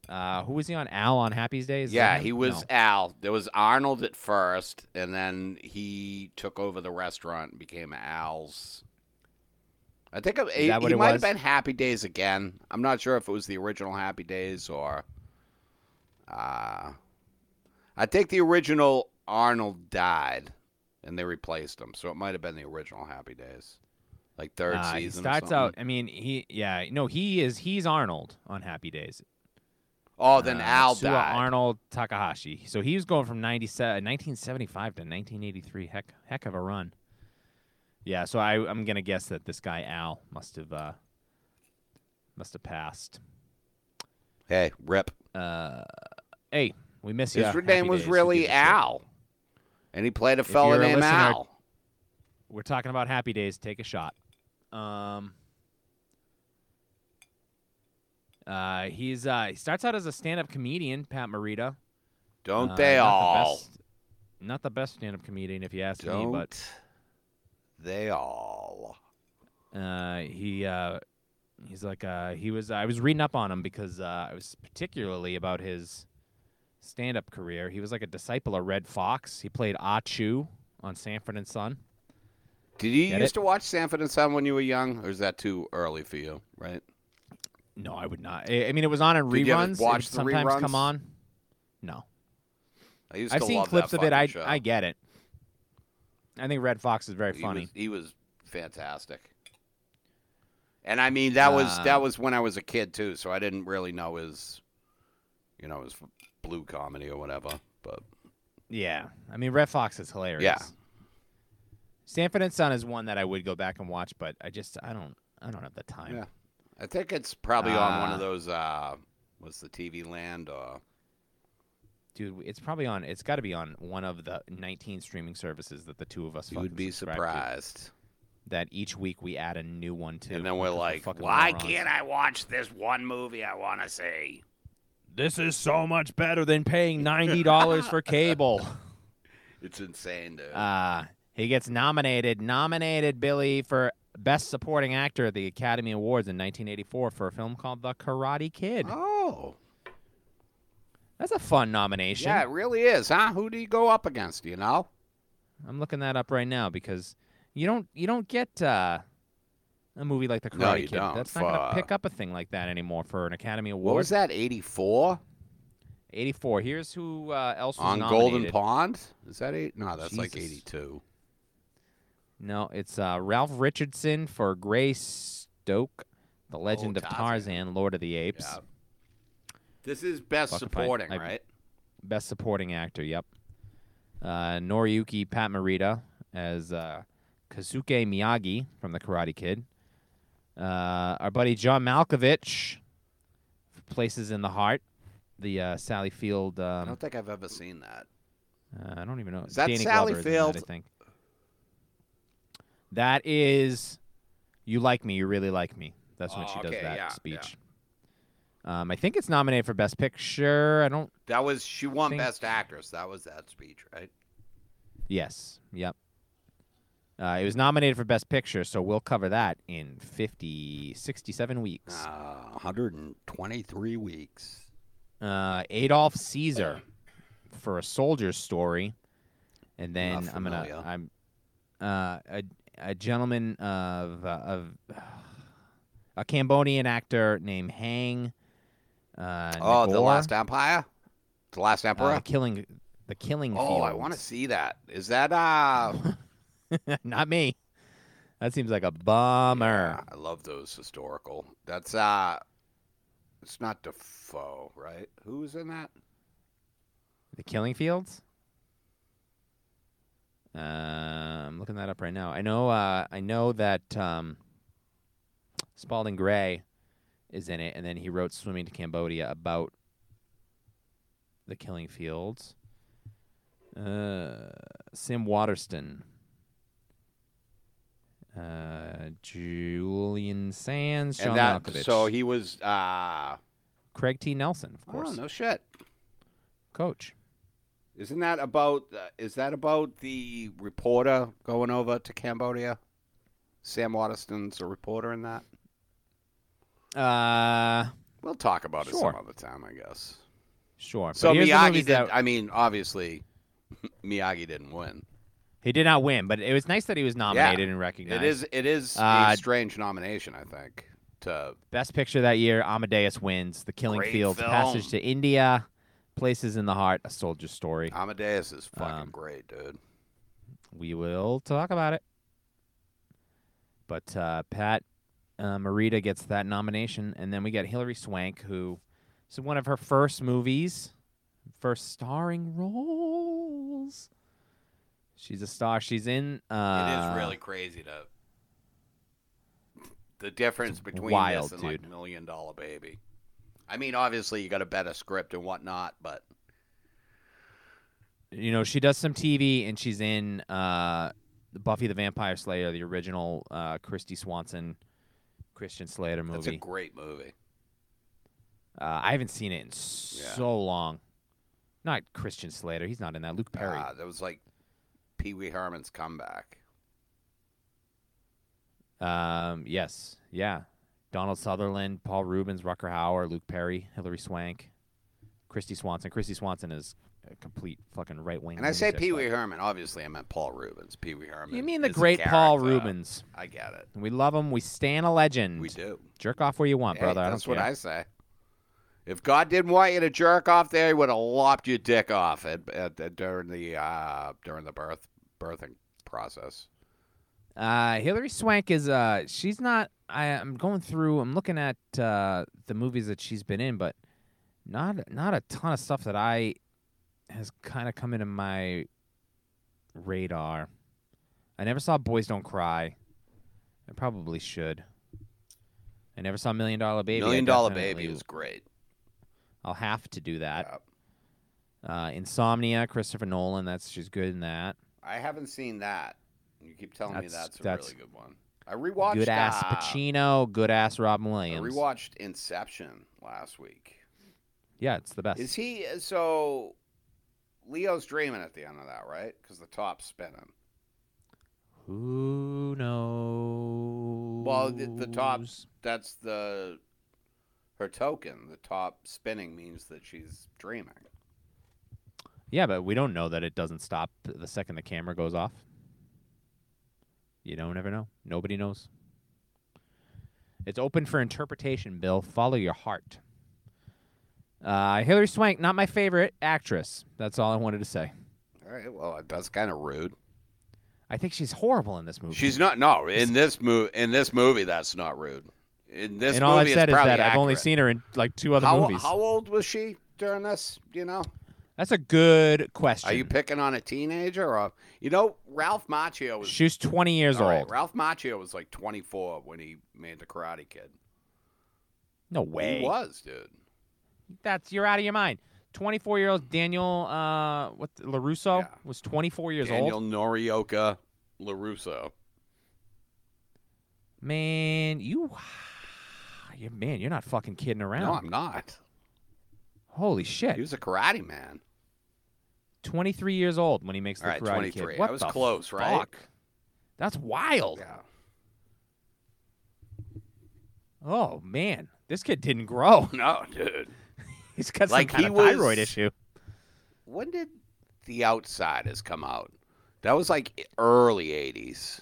Uh, who was he on? Al on Happy's Days? Yeah, he was Al. There was Arnold at first, and then he took over the restaurant and became Al's. I think it, that what he it might have was? been Happy Days again. I'm not sure if it was the original Happy Days or. Uh, I think the original Arnold died, and they replaced him, so it might have been the original Happy Days, like third Uh, he season. or starts something. out. I mean, he yeah, no, he is he's Arnold on Happy Days. Oh, then Uh, Al Sua died. Arnold Takahashi. So he was going from 97, 1975 to 1983. Heck, heck of a run. Yeah. So I, I'm gonna guess that this guy Al must have uh, must have passed. hey, Rip. Uh, hey, we miss you. His Happy name was days. We really give a shit. Al, and he played a fella you're a named listener- Al. We're talking about Happy Days. Take a shot. Um. Uh, he's uh, he starts out as a stand-up comedian, Pat Morita. Don't Uh, they not the all? best- not the best stand-up comedian, if you ask Don't me, but they all? uh, he uh, he's like uh, he was. I was reading up on him because uh, I was particularly about his stand-up career. He was like a disciple of Red Fox. He played Ah Chu on Sanford and Son. Did you Get used it? to watch Sanford and Son when you were young, or is that too early for you? Right? No, I would not. I, I mean, it was on in Did you ever reruns. it watch would the sometimes reruns? come on. No, I used I've to seen love clips that of it. I fucking show. I get it. I think Red Fox is very he funny. Was, he was fantastic. And I mean that was Uh, that was when I was a kid too, so I didn't really know his, you know, his blue comedy or whatever. But Yeah, I mean Red Fox is hilarious. Yeah. Sanford and Son is one that I would go back and watch, but I just I don't I don't have the time. Yeah. I think it's probably on one Uh, of those. Uh, what's the TV Land Uh, or Dude, it's probably on. It's got to be on one of the 19 streaming services that the two of us. you fucking would be subscribe to, surprised. that each week we add a new one to. And then we're like, fucking why morons." can't I watch this one movie I want to see? This is so much better than paying ninety dollars for cable. It's insane, dude. Uh, he gets nominated, nominated Billy for Best Supporting Actor at the Academy Awards in 1984 for a film called The Karate Kid. oh, That's a fun nomination. yeah, it really is, huh? Who do you go up against? You know, I'm looking that up right now because you don't you don't get uh, a movie like The Karate No, you Kid. don't. That's not gonna Fuck. pick up a thing like that anymore for an Academy Award. what was that? Eighty four. 84. Here's who uh, else was on nominated. Golden Pond? Is that eight? No, that's like Jesus. 82. No, it's uh, Ralph Richardson for Gray Stoke, The Legend of Oh, Tarzan. Tarzan, Lord of the Apes. Yeah. This is best Fuck if I- supporting, I- right? Best Supporting Actor. Yep. Uh, Noriyuki Pat Morita as uh, Kazuke Miyagi from The Karate Kid. Uh, our buddy John Malkovich, for Places in the Heart, the uh, Sally Field. I Um, don't think I've ever seen that. uh, I don't even know. Is that Danny Sally Glover is in that, Field? I think. That is, you like me, you really like me. That's when Oh, she does okay, that yeah, yeah. speech. Um, I think it's nominated for Best Picture. I don't. That was she won Think- best actress. That was that speech, right? Yes. Yep. Uh, it was nominated for Best Picture, so we'll cover that in 50, 67 weeks. Uh, 123 weeks. Uh, Adolf Caesar for a soldier's story, and then Not I'm gonna familiar. I'm uh, a a gentleman of uh, of a Cambodian actor named Hang. Uh, Oh, the Nagore, Last Empire, the Last uh, Emperor. the killing the killing. oh, I want to see that. Is that uh? to. Not me. That seems like a bummer. I love those historical. That's uh, it's not Defoe, right? Who's in that? The Killing Fields. Uh, I'm looking that up right now. I know. Uh, I know that um, Spalding Gray is in it, and then he wrote "Swimming to Cambodia" about the Killing Fields. Uh, Sim Waterston. Uh, Julian Sands, John and that. Malkovich, So he was uh. Craig T. Nelson, of Oh course, no shit. coach. Isn't that about? Uh, is that about the reporter going over to Cambodia? Sam Waterston's a reporter in that. Uh, We'll talk about it Sure. some other time, I guess. sure. So but here's the Miyagi movies did. that- I mean, obviously, Miyagi didn't win. He did not win, but it was nice that he was nominated and recognized. It is. It is a Uh, strange nomination, I think. To best picture that year. Amadeus wins. The Killing Great Fields, film. Passage to India, Places in the Heart, A Soldier's Story. Amadeus is fucking Um, great, dude. We will talk about it. But uh, Pat uh, Morita gets that nomination, and then we got Hilary Swank, who this is one of her first movies, first starring roles. She's a star. She's in. Uh, it is really crazy to. The difference between wild, this and dude. like Million Dollar Baby. I mean, obviously, you got a better script and whatnot, but you know she does some tv and she's in uh buffy the vampire slayer the original uh christy swanson christian slater That's a movie great movie. uh, i haven't seen it in so long not christian slater he's not in that luke perry Ah, that was like Pee Wee Herman's comeback. um yes yeah donald sutherland paul rubens rucker hauer luke perry hilary swank christy swanson christy swanson is a complete fucking right wing. And I say Pee Wee Herman. Obviously, I meant Paul Rubens. Pee Wee Herman. You mean the is a great Paul character. Rubens? Mm. I get it. We love him. We stand a legend. We do. Jerk off where you want, Hey, brother. I that's don't what care. I say. If God didn't want you to jerk off there, He would have lopped your dick off at, at, at- during the uh, during the birth birthing process. Uh, Hillary Swank is uh, she's not. I, I'm going through. I'm looking at uh, the movies that she's been in, but not not a ton of stuff that I has kind of come into my radar. I never saw Boys Don't Cry. I probably should. I never saw Million Dollar Baby. I Million Dollar definitely- Baby was great. I'll have to do that. Uh, Insomnia, Christopher Nolan. That's she's good in that. I haven't seen that. You keep telling me That's- that's a that's- really good one. I rewatched good ass uh, Pacino. Good ass Robin I Williams. rewatched Inception last week. Yeah, it's the best. Is he so? Leo's dreaming at the end of that, right? Because the top's spinning. Who knows? Well, the, the top that's the her token. The top spinning means that she's dreaming. Yeah, but we don't know that it doesn't stop the second the camera goes off. You don't ever know. Nobody knows. It's open for interpretation, Bill. Follow your heart. Uh, Hillary Swank, not my favorite actress. That's all I wanted to say. All right. Well, that's kind of rude. Mm-hmm. I think she's horrible in this movie. She's not. No, in this movie, in this movie, that's not rude. In this and movie, all I've it's said is probably that I've only accurate. seen her in like two other how, movies. how old was she during this? Do You know, That's a good question. are you picking on a teenager or you know Ralph Macchio was She was 20 years all old. right, Ralph Macchio was like 24 when he made the Karate Kid. No way. He was, dude. That's you're out of your mind. 24 year old Daniel uh what Larusso Yeah. was 24 years Daniel old. Norioka Larusso. Man, you you man, you're not fucking kidding around. No, I'm not. Holy He shit. was a karate man. 23 years old when he makes the All right, Karate 23. I Kid. What was the close, fuck? right? That's wild. Yeah. Oh man, this kid didn't grow. No, dude. He's got Like, some kind he of thyroid was- issue. When did The Outsiders come out? That was like early 80s.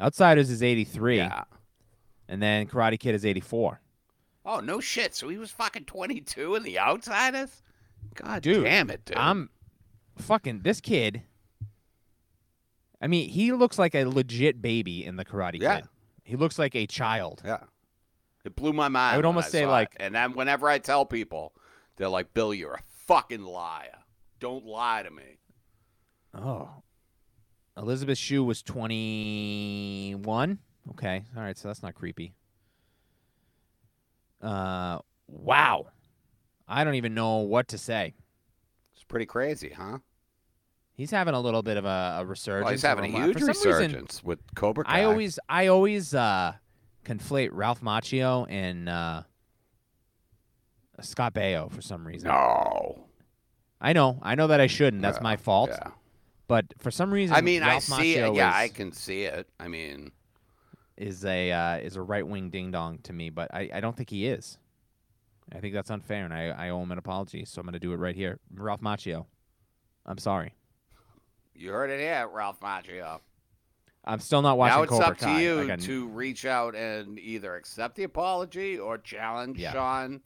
Outsiders is 83 Yeah. and then Karate Kid is 84. Oh, no shit. So he was fucking 22 in The Outsiders? God Dude, damn it, dude. I'm fucking this kid. I mean, he looks like a legit baby in the Karate Yeah. Kid. He looks like a child. Yeah. It blew my mind. I would when almost say, saw it. like- and then whenever I tell people, they're like, "Bill, you're a fucking liar. Don't lie to me." Oh. Elizabeth Shue was 21. Okay. All right, so that's not creepy. Uh wow. I don't even know what to say. It's pretty crazy, huh? He's having a little bit of a, a resurgence. Well, he's in having a real life. huge For some reason, resurgence with Cobra Kai. I always I always uh, conflate Ralph Macchio and uh, Scott Baio for some reason. no. I know, I know that I shouldn't. That's Yeah, my fault. Yeah. But for some reason, I mean, I Ralph see Macchio it. Yeah, is, I can see it. I mean, is a uh, is a right wing ding dong to me, but I, I don't think he is. I think that's unfair, and I, I owe him an apology. So I'm gonna do it right here, Ralph Macchio. I'm sorry. you heard it here, Ralph Macchio. I'm still not watching now it's Cobra up Kai. to you I got- to reach out and either accept the apology or challenge Yeah. Sean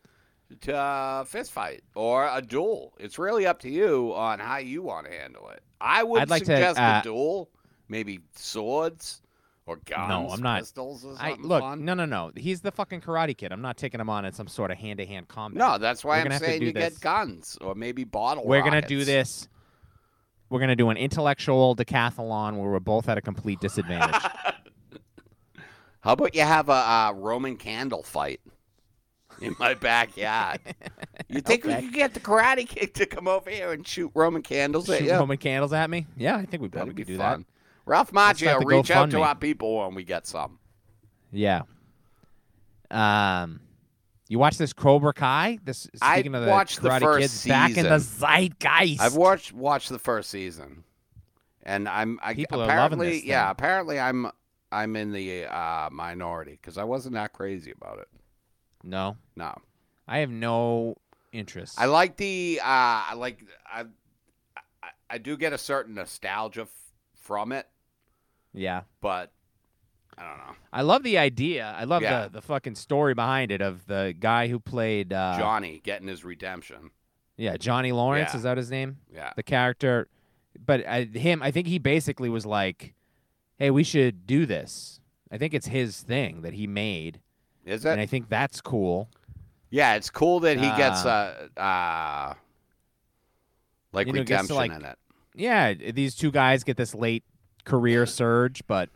to uh, fist fight or a duel. It's really up to you on how you want to handle it. I would I'd like to, suggest uh, a duel, maybe swords or guns. I'm not- Pistols or I something look. fun. No, no, no. He's the fucking Karate Kid. I'm not taking him on in some sort of hand to hand combat. No, that's why We're I'm gonna have to saying do you this. get guns or maybe bottle. We're rockets. gonna do this. We're gonna do an intellectual decathlon where we're both at a complete disadvantage. How about you have a uh, Roman candle fight in my backyard? you think we Okay. could get the Karate Kid to come over here and shoot Roman candles at Shoot you? Roman candles at me. Yeah, I think we probably That'd be could do fun. that. Ralph start Macchio, the reach out to GoFundMe. our people when we get some. Yeah. Um, you watch this Cobra Kai? This I speaking of the watched the Karate first Kids back in the season. zeitgeist. I've watched watched the first season, and I'm I, People are loving apparently this yeah thing. apparently I'm I'm in the uh, minority because I wasn't that crazy about it. no, No, I have no interests. I like the uh, I like I, I I do get a certain nostalgia f- from it, yeah. but I don't know. I love the idea. I love Yeah. the, the fucking story behind it of the guy who played uh, Johnny getting his redemption. yeah Johnny Lawrence Yeah. is that his name Yeah, the character, but I, him I think he basically was like, hey we should do this. I think it's his thing that he made, is and it? I think that's cool. Yeah, it's cool that he gets uh, Uh, uh like you know, gets to, redemption like- in it. Yeah, these two guys get this late career surge, but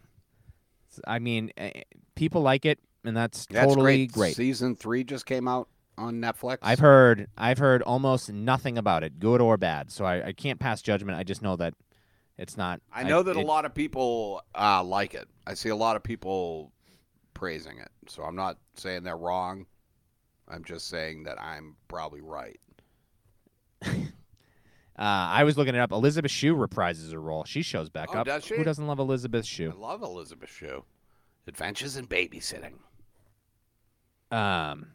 I mean eh, people like it, and that's, That's totally great. Season three just came out on Netflix. I've heard I've heard almost nothing about it, good or bad. So I, I can't pass judgment. I just know that it's not. I know that a it- lot of people uh, like it. I see a lot of people praising it. So I'm not saying they're wrong. I'm just saying that I'm probably right. Uh, I was looking it up. Elizabeth Shue reprises her role. She shows back Oh, up. does she? Who doesn't love Elizabeth I Shue? love Elizabeth Shue. Adventures in Babysitting Um,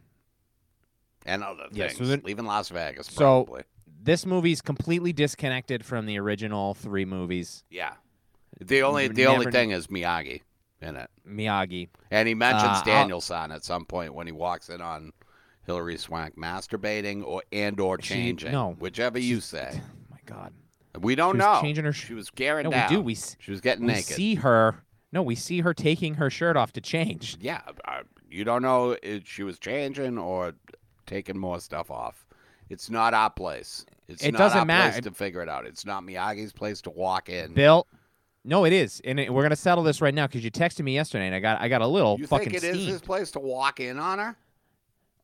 and other things. Yeah, so then- Leaving Las Vegas, So- probably. this movie's completely disconnected from the original three movies. yeah. The only You the only never- thing is Miyagi in it. Miyagi. And he mentions Uh, I'll- Danielson at some point when he walks in on Hillary Swank masturbating or and or She- changing, no. whichever you say. Oh my God. We don't She was know. changing her sh- she was scared No, down. we do. We s- she was getting we naked. see her. No, we see her taking her shirt off to change. Yeah, I, you don't know if she was changing or taking more stuff off. It's not our place. It's It not doesn't our matter. place to figure it out. It's not Miyagi's place to walk in. Bill. No, it is, and it- we're gonna settle this right now because you texted me yesterday, and I got I got a little you fucking think it is steamed. his place to walk in on her?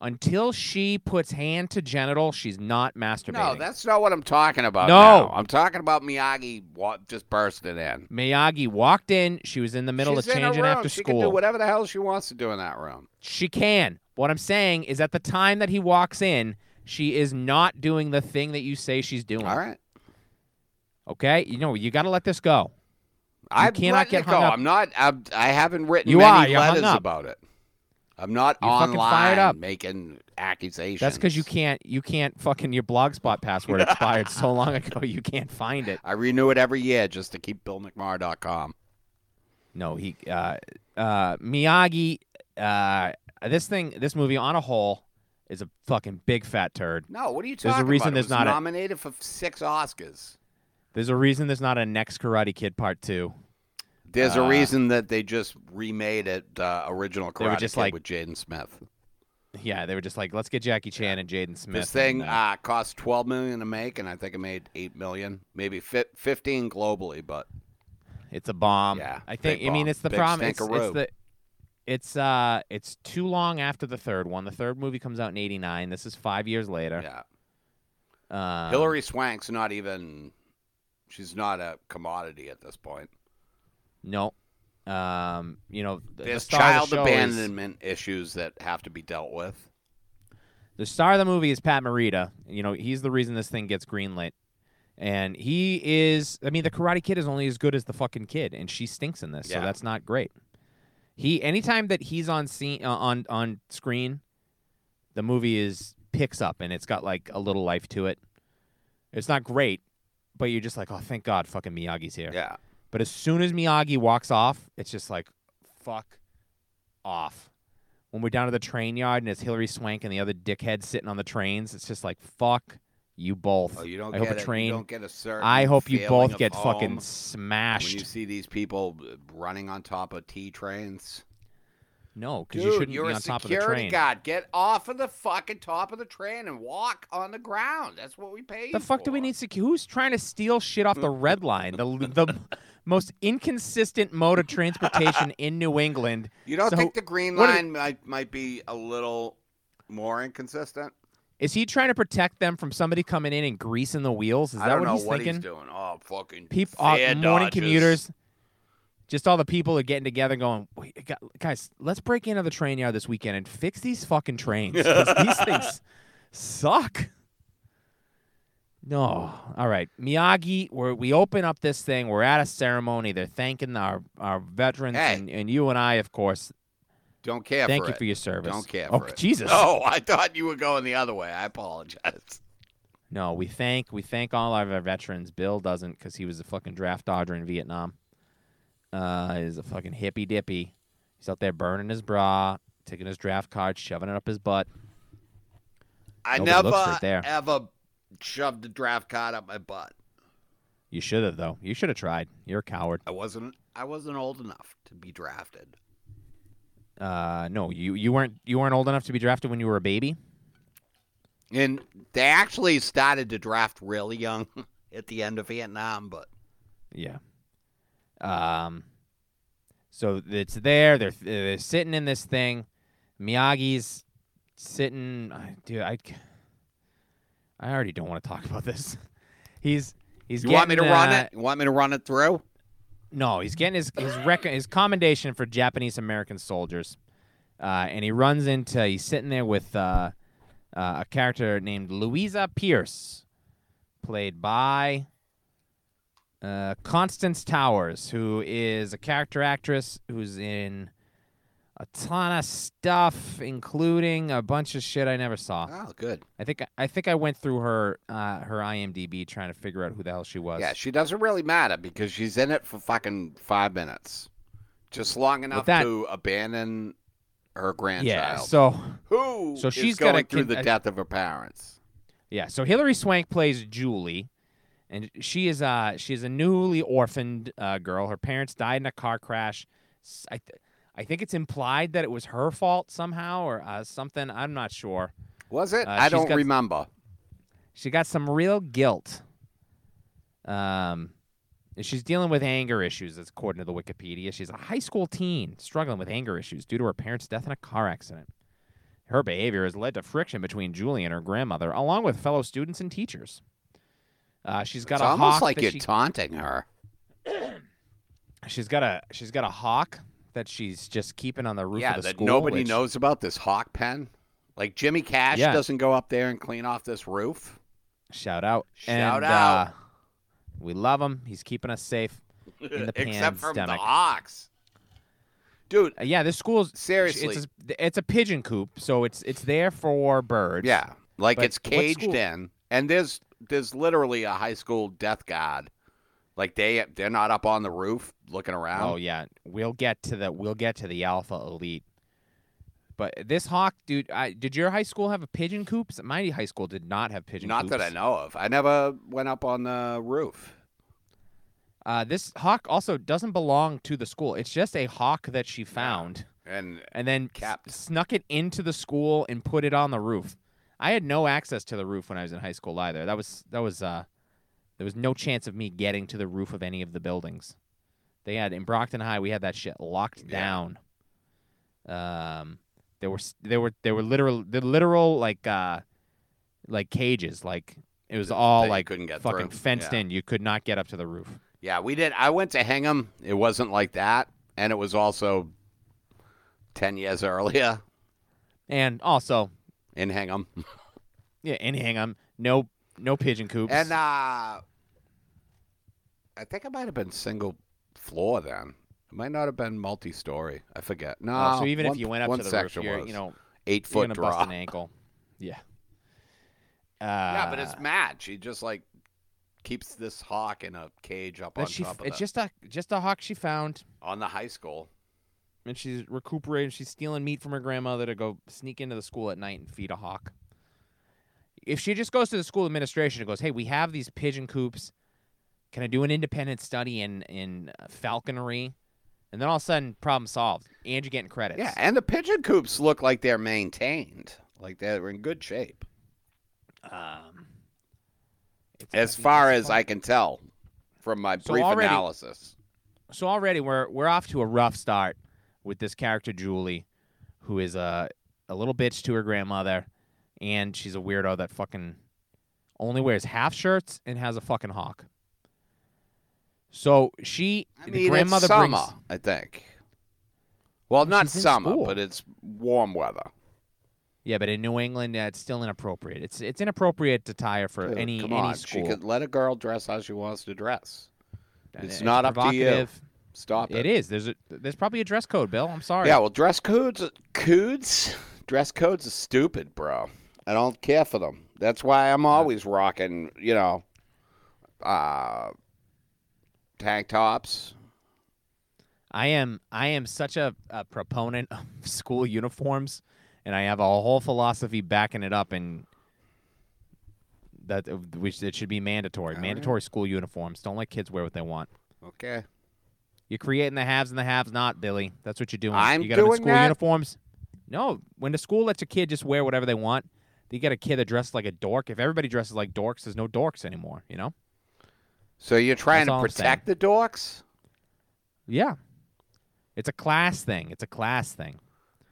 until she puts hand to genital, she's not masturbating. No, that's not what I'm talking about. No. now. I'm talking about Miyagi wa- just bursting in. Miyagi walked in. She was in the middle She's of in her changing room. after she can school. do whatever the hell she wants to do in that room. She can. What I'm saying is, at the time that he walks in, she is not doing the thing that you say she's doing. All right. Okay, you know you got to let this go. I cannot get it go. hung up. I'm not. I'm, I haven't written You are, many you're hung letters up. about it. I'm not You're fucking online fired up. making accusations. That's because you can't. You can't fucking your blogspot password expired so long ago. You can't find it. I renew it every year just to keep BillMcMahon.com. No, he uh, uh, Miyagi. Uh, this thing, this movie on a whole, is a fucking big fat turd. No, what are you talking There's a about? reason It there's was not a- nominated for six Oscars. There's a reason there's not a next Karate Kid Part Two. There's a Uh, reason that they just remade it uh, original They were Karate just Kid like- with Jaden Smith. Yeah, they were just like, let's get Jackie Chan and Jaden Smith. This thing and, uh, uh, cost 12 million to make, and I think it made 8 million, maybe fi- 15 globally. But it's a bomb. yeah, I big think. I bomb. mean, it's the Big problem. It's, stinkeroo. it's the. It's uh, it's too long after the third one. The third movie comes out in '89. This is five years later. yeah, Um, Hillary Swank's not even. She's not a commodity at this point. No. Um, you know, th- the, There's star of the child show is- abandonment issues that have to be dealt with. The star of the movie is Pat Morita. You know, he's the reason this thing gets greenlit. And he is I mean, the Karate Kid is only as good as the fucking kid, and she stinks in this, so Yeah. that's not great. He anytime that he's on scene uh, on on screen, the movie is picks up and it's got like a little life to it. It's not great, but you're just like, oh, thank God, fucking Miyagi's here. Yeah. But as soon as Miyagi walks off, it's just like, fuck off. When we're down to the train yard and it's Hillary Swank and the other dickhead sitting on the trains, it's just like, fuck you both. Oh, you don't I get hope a train- You don't get a certain I hope you feeling both of get home fucking When you smashed. see these people running on top of T trains, No, because dude, you shouldn't be you're a on top of the security train. guard. Get off of the fucking top of the train and walk on the ground. That's what we pay. you The fuck do we for. need security? Who's trying to steal shit off the red line? The the most inconsistent mode of transportation in New England. You don't So, think the green what are- line might might be a little more inconsistent? Is he trying to protect them from somebody coming in and greasing the wheels? Is that I don't what know he's what thinking? he's doing. Oh, fucking people uh, fare morning dodgers. commuters just all the people are getting together going Wait, gu- guys let's break into the train yard this weekend and fix these fucking trains 'cause these things suck no all right miyagi we're, we open up this thing we're at a ceremony they're thanking our, our veterans Hey. and, and you and i of course Don't care Thank for you it. for your service. Don't care Oh, for it. Jesus. Oh, I thought you were going the other way. I apologize. No, we thank we thank all of our veterans. Bill doesn't because he was a fucking draft dodger in Vietnam. Uh, he's a fucking hippy dippy. He's out there burning his bra, taking his draft card, shoving it up his butt. I Nobody looks never right there. ever shoved the draft card up my butt. You should have though. You should have tried. You're a coward. I wasn't. I wasn't old enough to be drafted. Uh, no, you you weren't you weren't old enough to be drafted when you were a baby. And they actually started to draft really young at the end of Vietnam, but Yeah. Um. So it's there. They're they're sitting in this thing. Miyagi's sitting. I- Dude, I c- I already don't want to talk about this. He's he's. you want me to getting, run uh, it? You want me to run it through? No, he's getting his his rec- his commendation for Japanese American soldiers, uh, and he runs into he's sitting there with uh, uh, a character named Louisa Pierce, played by uh, Constance Towers, who is a character actress who's in a ton of stuff, including a bunch of shit I never saw. Oh, good. I think I think I went through her uh, her IMDb trying to figure out who the hell she was. Yeah, she doesn't really matter because she's in it for fucking five minutes, just long enough that- to abandon her grandchild. yeah. So Who So is she's got going a through con- uh, the a- death of her parents. Yeah, so Hilary Swank plays Julie, and she is uh she is a newly orphaned uh, girl. Her parents died in a car crash. S- I, th- I think it's implied that it was her fault somehow or uh, something. I'm not sure. Was it? Uh, I she's don't got- remember. She got some real guilt. Um, and she's dealing with anger issues, that's according to the Wikipedia. She's a high school teen struggling with anger issues due to her parents' death in a car accident. Her behavior has led to friction between Julie and her grandmother, along with fellow students and teachers. Uh, she's got It's a almost hawk like that you're she taunting her. she's got a she's got a hawk that she's just keeping on the roof Yeah, of the that school. nobody which- knows about this hawk pen. Like Jimmy Cash Yeah. doesn't go up there and clean off this roof. Shout out! Shout out. And, Uh, we love him. He's keeping us safe in the Except from the pandemic. hawks. Dude, Uh, yeah, this school's seriously. It's a, it's a pigeon coop, so it's it's there for birds. yeah. Like but it's what caged school- in. And there's there's literally a high school death guard. Like they they're not up on the roof looking around. Oh yeah, we'll get to the we'll get to the alpha elite. But this hawk, dude, I, did your high school have a pigeon coops? My high school did not have pigeon not coops. that I know of. I never went up on the roof. Uh, this hawk also doesn't belong to the school. It's just a hawk that she found And and then s- Capped. snuck it into the school and put it on the roof. I had no access to the roof when I was in high school either. That was that was uh, there was no chance of me getting to the roof of any of the buildings. They had in Brockton High, we had that shit locked Yeah. down. Um, there were s- there were there were literal the literal like uh, like cages like it was all that you like couldn't get fucking through. fenced Yeah. in. You could not get up to the roof. Yeah, we did. I went to Hingham. It wasn't like that, and it was also ten years earlier And also, in Hingham. yeah, in Hingham, no no pigeon coops. And uh, I think I might have been single floor then. It might not have been multi-story. I forget. No. Uh, so even Oh, one- if you went up one to the roof, section you're, was you know, eight you're foot gonna draw. bust an ankle. Yeah. Uh, yeah, but it's mad. She just like keeps this hawk in a cage up on but she, top of it's the, just a just a hawk she found, on the high school. and she's recuperating. She's stealing meat from her grandmother to go sneak into the school at night and feed a hawk. If she just goes to the school administration and goes, "Hey, we have these pigeon coops. Can I do an independent study in in uh, falconry?" And then all of a sudden, problem solved, and you're getting credits. Yeah, and the pigeon coops look like they're maintained. Like they're in good shape, Um, it's a as fucking far piece of as I can tell from my So brief already- analysis. so already we're we're off to a rough start with this character Julie, who is a a little bitch to her grandmother, and she's a weirdo that fucking only wears half shirts and has a fucking hawk. So she, I the mean, grandmother it's summer, brings. I think. Well, not she's in summer, school. but it's warm weather. Yeah, but in New England, that's still inappropriate. It's it's inappropriate to tire for Dude, any Come any on, school. she could let a girl dress how she wants to dress. And it's not up to you. provocative. Stop it. It is. There's a there's probably a dress code, Bill. I'm sorry. Yeah, well, dress codes, codes, dress codes are stupid, bro. I don't care for them. That's why I'm always rocking, you know, uh, tank tops. I am I am such a, a proponent of school uniforms, and I have a whole philosophy backing it up, and that uh, which it should be All mandatory. right. mandatory school uniforms. Don't let kids wear what they want. Okay. You're creating the haves and the haves not, Billy. That's what you're doing. I'm you got 'em in doing school that. uniforms. No, when the school lets a kid just wear whatever they want, you get a kid that dresses like a dork. If everybody dresses like dorks, there's no dorks anymore. You know? So you're trying That's all to I'm protect the dorks? Yeah. It's a class thing. It's a class thing.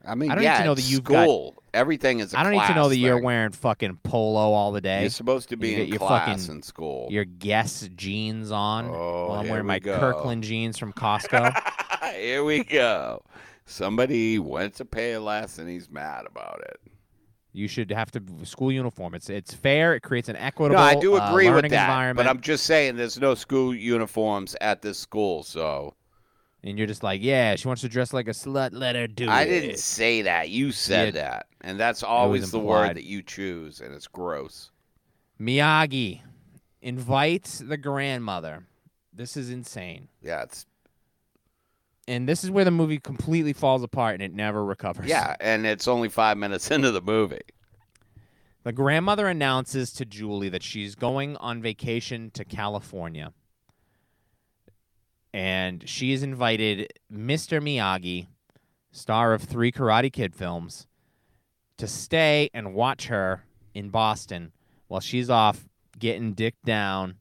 I mean, I don't need yeah, to know it's that you've got- school. Everything is. I I don't need to know that you're thing. wearing fucking polo all the day. You're supposed to be you get in your class fucking- in school. Your Guess jeans on. Oh, while I'm here wearing we my go. Kirkland jeans from Costco. Here we go. Somebody went to pay less, and he's mad about it. you should have to school uniform. It's it's fair. It creates an equitable. No, I do uh, agree with learning that, environment. but I'm just saying there's no school uniforms at this school, so and you're just like, yeah, she wants to dress like a slut. Let her do I it. didn't say that. You said Yeah. that, and that's always the word implied. that you choose, and it's gross. Miyagi invites the grandmother. This is insane. Yeah, it's And this is where the movie completely falls apart and it never recovers. yeah, and it's only five minutes into the movie. The grandmother announces to Julie that she's going on vacation to California. And she has invited Mr. Miyagi, star of three Karate Kid films, to stay and watch her in Boston while she's off getting dick down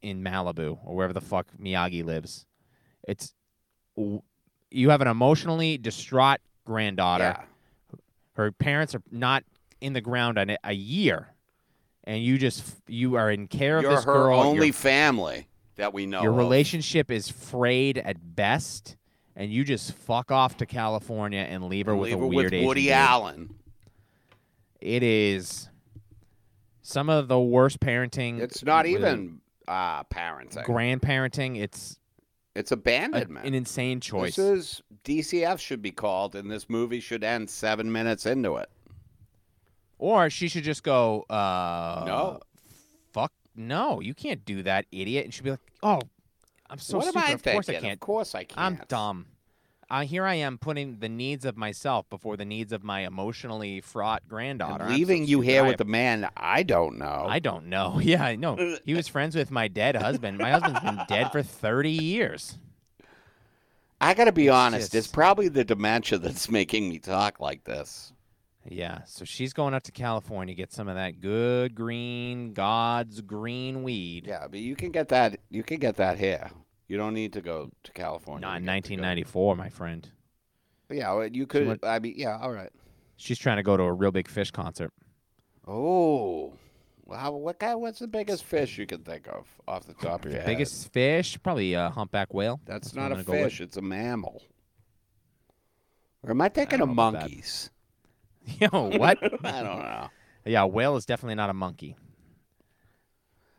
in Malibu or wherever the fuck Miyagi lives. It's you have an emotionally distraught granddaughter Yeah, her parents are not in the ground on it a year and you just you are in care of you're this her girl your- only family that we know. your, of. relationship is frayed at best and you just fuck off to california and leave her with Leave a her weird with Asian Woody dude. Allen. it is some of the worst parenting It's not with even uh, parenting. grandparenting it's it's a- abandonment. an insane choice This is DCF should be called, and this movie should end seven minutes into it. or she should just go uh No. fuck no you can't do that idiot and she'd be like oh i'm so what am stupid I of thinking? course i can't Of course I can't. I'm dumb. Uh, here I am putting the needs of myself before the needs of my emotionally fraught And granddaughter. I'm so leaving you stupid. here I- with a man I don't know. I don't know. Yeah, I know. He was friends with my dead husband. My husband's been dead for 30 years. I gotta be honest. It's just- probably the dementia that's making me talk like this. Yeah, so she's going up to California to get some of that good green, God's green weed. Yeah, but you can get that. You can get that here. You don't need to go to California. Not to in get to go- 1994, my friend. Yeah, well, you could. went- I mean, yeah, all right. She's trying to go to a real big fish concert. Oh, wow. What guy? What's the biggest fish you can think of off the top of your head? Biggest fish, probably a humpback whale. That's, what I'm not a gonna go with. fish. It's a mammal. Or am I thinking of don't know about that. monkeys? Yo, what? I don't know. yeah, a whale is definitely not a monkey.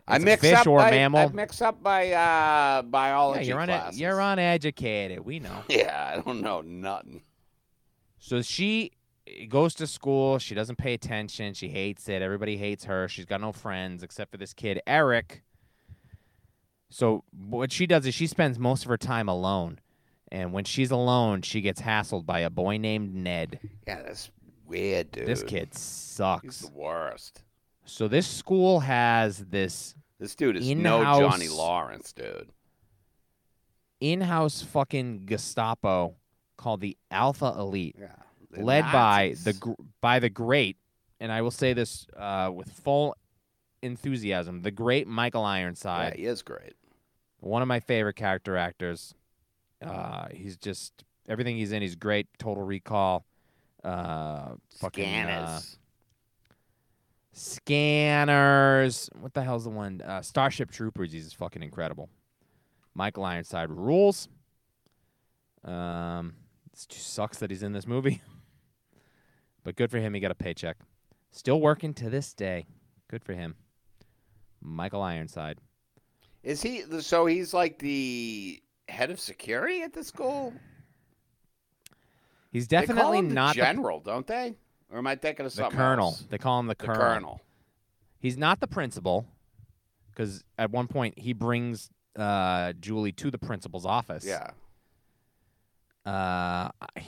I It's a mix fish up or a my, I mammal? mix up my uh, biology yeah, you're on classes. you're uneducated. We know. Yeah, I don't know nothing. So she goes to school. She doesn't pay attention. She hates it. Everybody hates her. She's got no friends except for this kid Eric. So what she does is she spends most of her time alone, and when she's alone, she gets hassled by a boy named Ned. Yeah, that's weird, dude. This kid He's sucks. the worst. So this school has this This dude is no Johnny In-house- Lawrence, dude. in-house fucking Gestapo called the Alpha Elite. Yeah. the led by the Nazis. gr- by the great, and I will say this uh, with full enthusiasm, the great Michael Yeah, Ironside, he is great. one of my favorite character actors. Uh, he's just everything he's in. He's great. Total Recall, uh, fucking uh, Scanners. Scanners. What the hell's the one? Uh, Starship Troopers. He's fucking incredible. Michael Ironside rules. Um, it just sucks that he's in this movie, but good for him. He got a paycheck. Still working to this day. Good for him. Michael Ironside. Is he? So he's like the head of security at the school? He's They call definitely him the not the, general, don't they? Or am I thinking of the something colonel. else? They call him the The colonel. colonel. He's not the principal because at one point he brings uh, Julie to the principal's office. Yeah. Uh, I,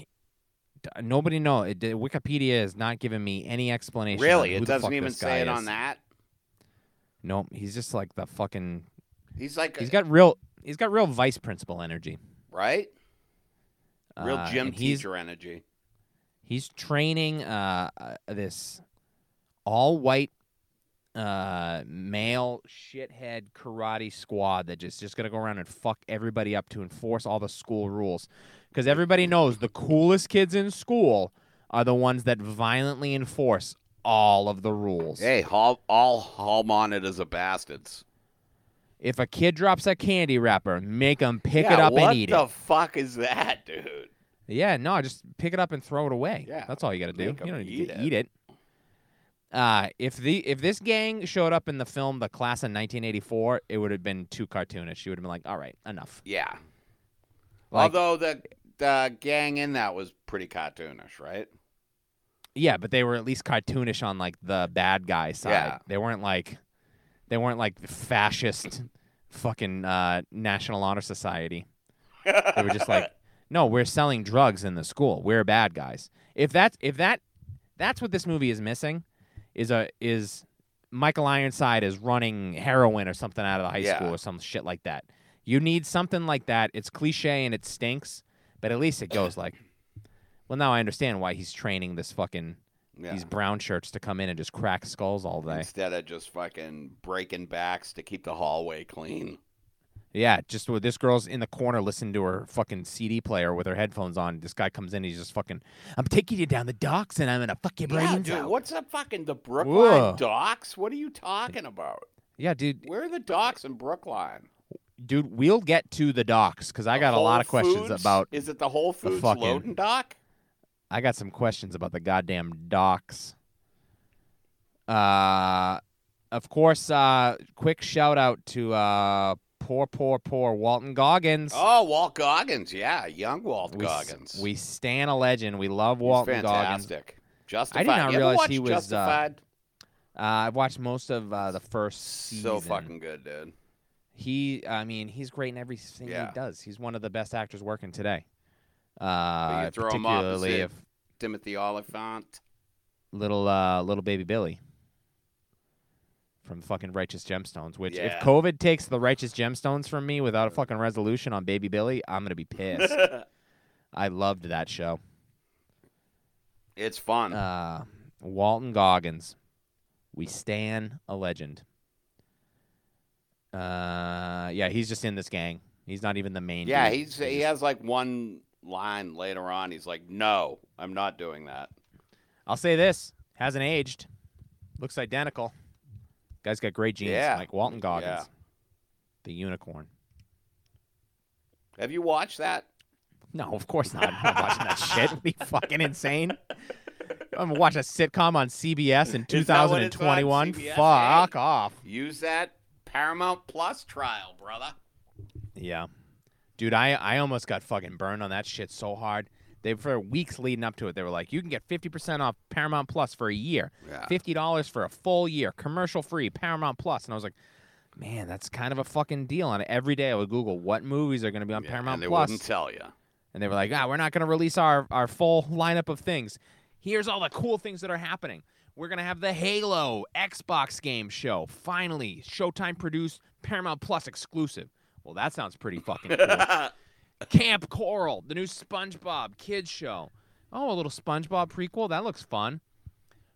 d- nobody know. It, the Wikipedia is not giving me any explanation. on Really? who It the doesn't fuck even this guy say it is. on that. Nope. He's just like the fucking. He's like, He's got real. He's got real vice principal energy. right? Real Uh, gym and he's- teacher energy. He's training uh, uh, this all white uh, male shithead karate squad that just just gonna go around and fuck everybody up to enforce all the school rules because everybody knows the coolest kids in school are the ones that violently enforce all of the rules. Hey, all, all hall monitors are bastards. If a kid drops a candy wrapper, make him pick Yeah, it up what and eat the it. fuck is that, dude? Yeah, no, just pick it up and throw it away. Yeah, that's all you got to do. make 'em You don't need to eat eat, it. Uh, if the if this gang showed up in the film The Class of 1984, it would have been too cartoonish. She would have been like, "All right, enough." Yeah. Like, Although the the gang in that was pretty cartoonish, right? yeah, but they were at least cartoonish on like the bad guy side. Yeah. They weren't like they weren't like fascist fucking uh, National Honor Society. They were just like, no, we're selling drugs in the school. We're bad guys. If that's if that that's what this movie is missing, is a is Michael Ironside is running heroin or something out of the high Yeah. school or some shit like that. You need something like that. It's cliche and it stinks, but at least it goes like, well, now I understand why he's training this fucking yeah. these brown shirts to come in and just crack skulls all day. Instead of just fucking breaking backs to keep the hallway clean. Yeah, just with this girl's in the corner listening to her fucking CD player with her headphones on. This guy comes in, he's just fucking, I'm taking you down the docks and I'm gonna fuck your Yeah, brains dude, out. what's the fucking the Brookline Whoa. docks? What are you talking about? Yeah, dude, Where are the docks in Brookline? dude, we'll get to the docks because I got a lot Whole of questions Foods? about. Is it the Whole Foods fucking- loading dock? I got some questions about the goddamn docks. Uh, of course. Uh, quick shout out to uh, poor, poor, poor Walton Goggins. Oh, Walt Goggins, yeah, young Walt we, s- Goggins. We stand a legend. We love He's Walton Goggins. fantastic. Justified. not You ever realize watch he was, uh, Justified. Uh, I've watched most of uh, the first season. so fucking good, dude. He, I mean, he's great in everything Yeah. he does. He's one of the best actors working today. you Uh, throw him particularly opposite if Timothy Oliphant. little uh, little baby Billy from fucking Righteous Gemstones. Which, Yeah. Mm. if COVID takes the Righteous Gemstones from me without a fucking resolution on Baby Billy, I'm gonna be pissed. I loved that show. it's fun. Uh, Walton Goggins, we stan a legend. Uh, yeah, he's just in this gang. He's not even the main. yeah, dude. he's he has like one line later on. He's like, "No, I'm not doing that." I'll say this hasn't aged. Looks identical. Guy's got great genes, Yeah. like Walton Goggins, Yeah. the unicorn. Have you watched that? No, of course not. I'm not watching that shit. What Are you fucking insane? I'm gonna watch a sitcom on CBS in Is that what it's on, 2021. CBS, Fuck eh? off. Use that Paramount Plus trial, brother. Yeah. Dude, I, I almost got fucking burned on that shit so hard. They for weeks leading up to it, they were like, you can get 50% off Paramount Plus for a year. Yeah. $50 for a full year, commercial free, Paramount Plus. And I was like, man, that's kind of a fucking deal. And every day I would Google what movies are going to be on Paramount and they Plus. wouldn't tell you. and they were like, ah, we're not going to release our, our full lineup of things. Here's all the cool things that are happening. We're going to have the Halo Xbox game show. Finally, Showtime produced Paramount Plus exclusive. Well, that sounds pretty fucking cool. Camp Coral, the new SpongeBob kids show. Oh, a little SpongeBob prequel. That looks fun.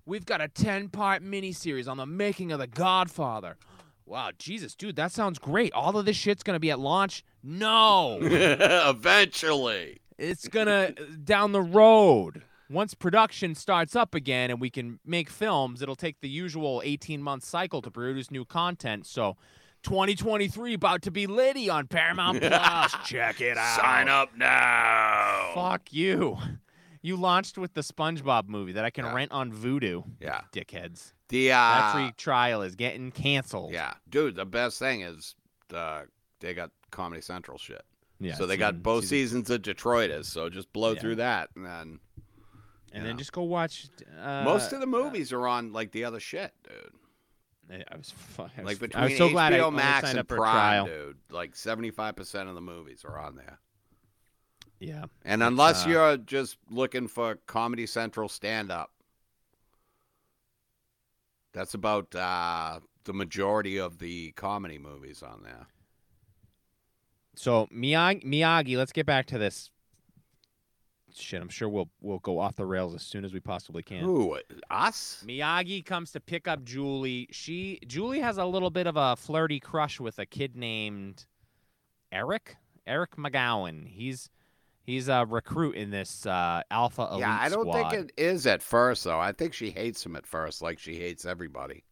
We've got a 10 part miniseries on the making of The Godfather. Wow, Jesus, dude, that sounds great. All of this shit's going to be at launch? No. Eventually. it's going to down the road. Once production starts up again and we can make films, it'll take the usual 18 month cycle to produce new content. So 2023 about to be litty on Paramount Plus. Check it out. Sign up now. Fuck you. You launched with the SpongeBob movie that I can Yeah. rent on Vudu. Yeah. Dickheads. The uh, That free trial is getting canceled. Yeah, dude. The best thing is uh, they got Comedy Central shit. Yeah. so they got season- both season- seasons of Detroitus. So just blow Yeah. through that, and then And yeah. then just go watch. Uh, most of the movies are on like the other shit, dude. I I was, fu- I was- Like between I was so HBO glad I only Max and signed up for a Prime, trial. dude. Like seventy five percent of the movies are on there. Yeah. And unless uh, you're just looking for Comedy Central stand up, that's about uh, the majority of the comedy movies on there. So Miyagi, Miyagi, let's get back to this. Shit, I'm sure we'll we'll go off the rails as soon as we possibly can. Who us? Miyagi comes to pick up Julie. She Julie has a little bit of a flirty crush with a kid named Eric. Eric McGowan. He's he's a recruit in this uh, Alpha Elite yeah, I don't squad. think it is at first though. I think she hates him at first, like she hates everybody.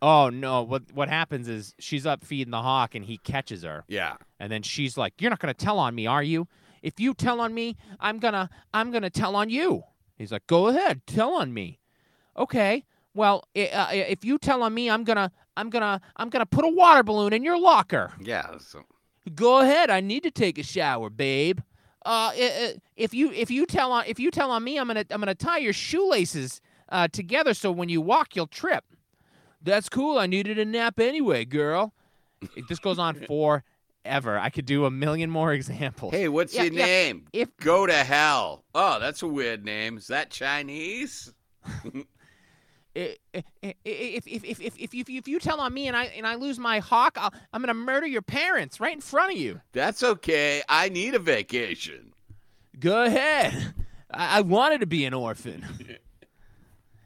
Oh no! What what happens is she's up feeding the hawk, and he catches her, Yeah, and then she's like, "You're not gonna tell on me, are you? If you tell on me, I'm gonna I'm gonna tell on you." He's like, "Go ahead, tell on me." Okay. Well, i- uh, i- if you tell on me, I'm gonna I'm gonna I'm gonna put a water balloon in your locker. yeah. So, Go ahead. I need to take a shower, babe. Uh, i- i- if you if you tell on if you tell on me, I'm gonna I'm gonna tie your shoelaces uh, together so when you walk, you'll trip. That's cool. I needed a nap anyway, girl. It- This goes on forever. I could do a million more examples. hey, what's Yeah, your yeah. name? If Go to hell. Oh, that's a weird name. Is that Chinese? if if if if if, if, you, if you tell on me and I and I lose my hawk, I'll, I'm gonna murder your parents right in front of you. That's okay. I need a vacation. Go ahead. I, I wanted to be an orphan. I- i-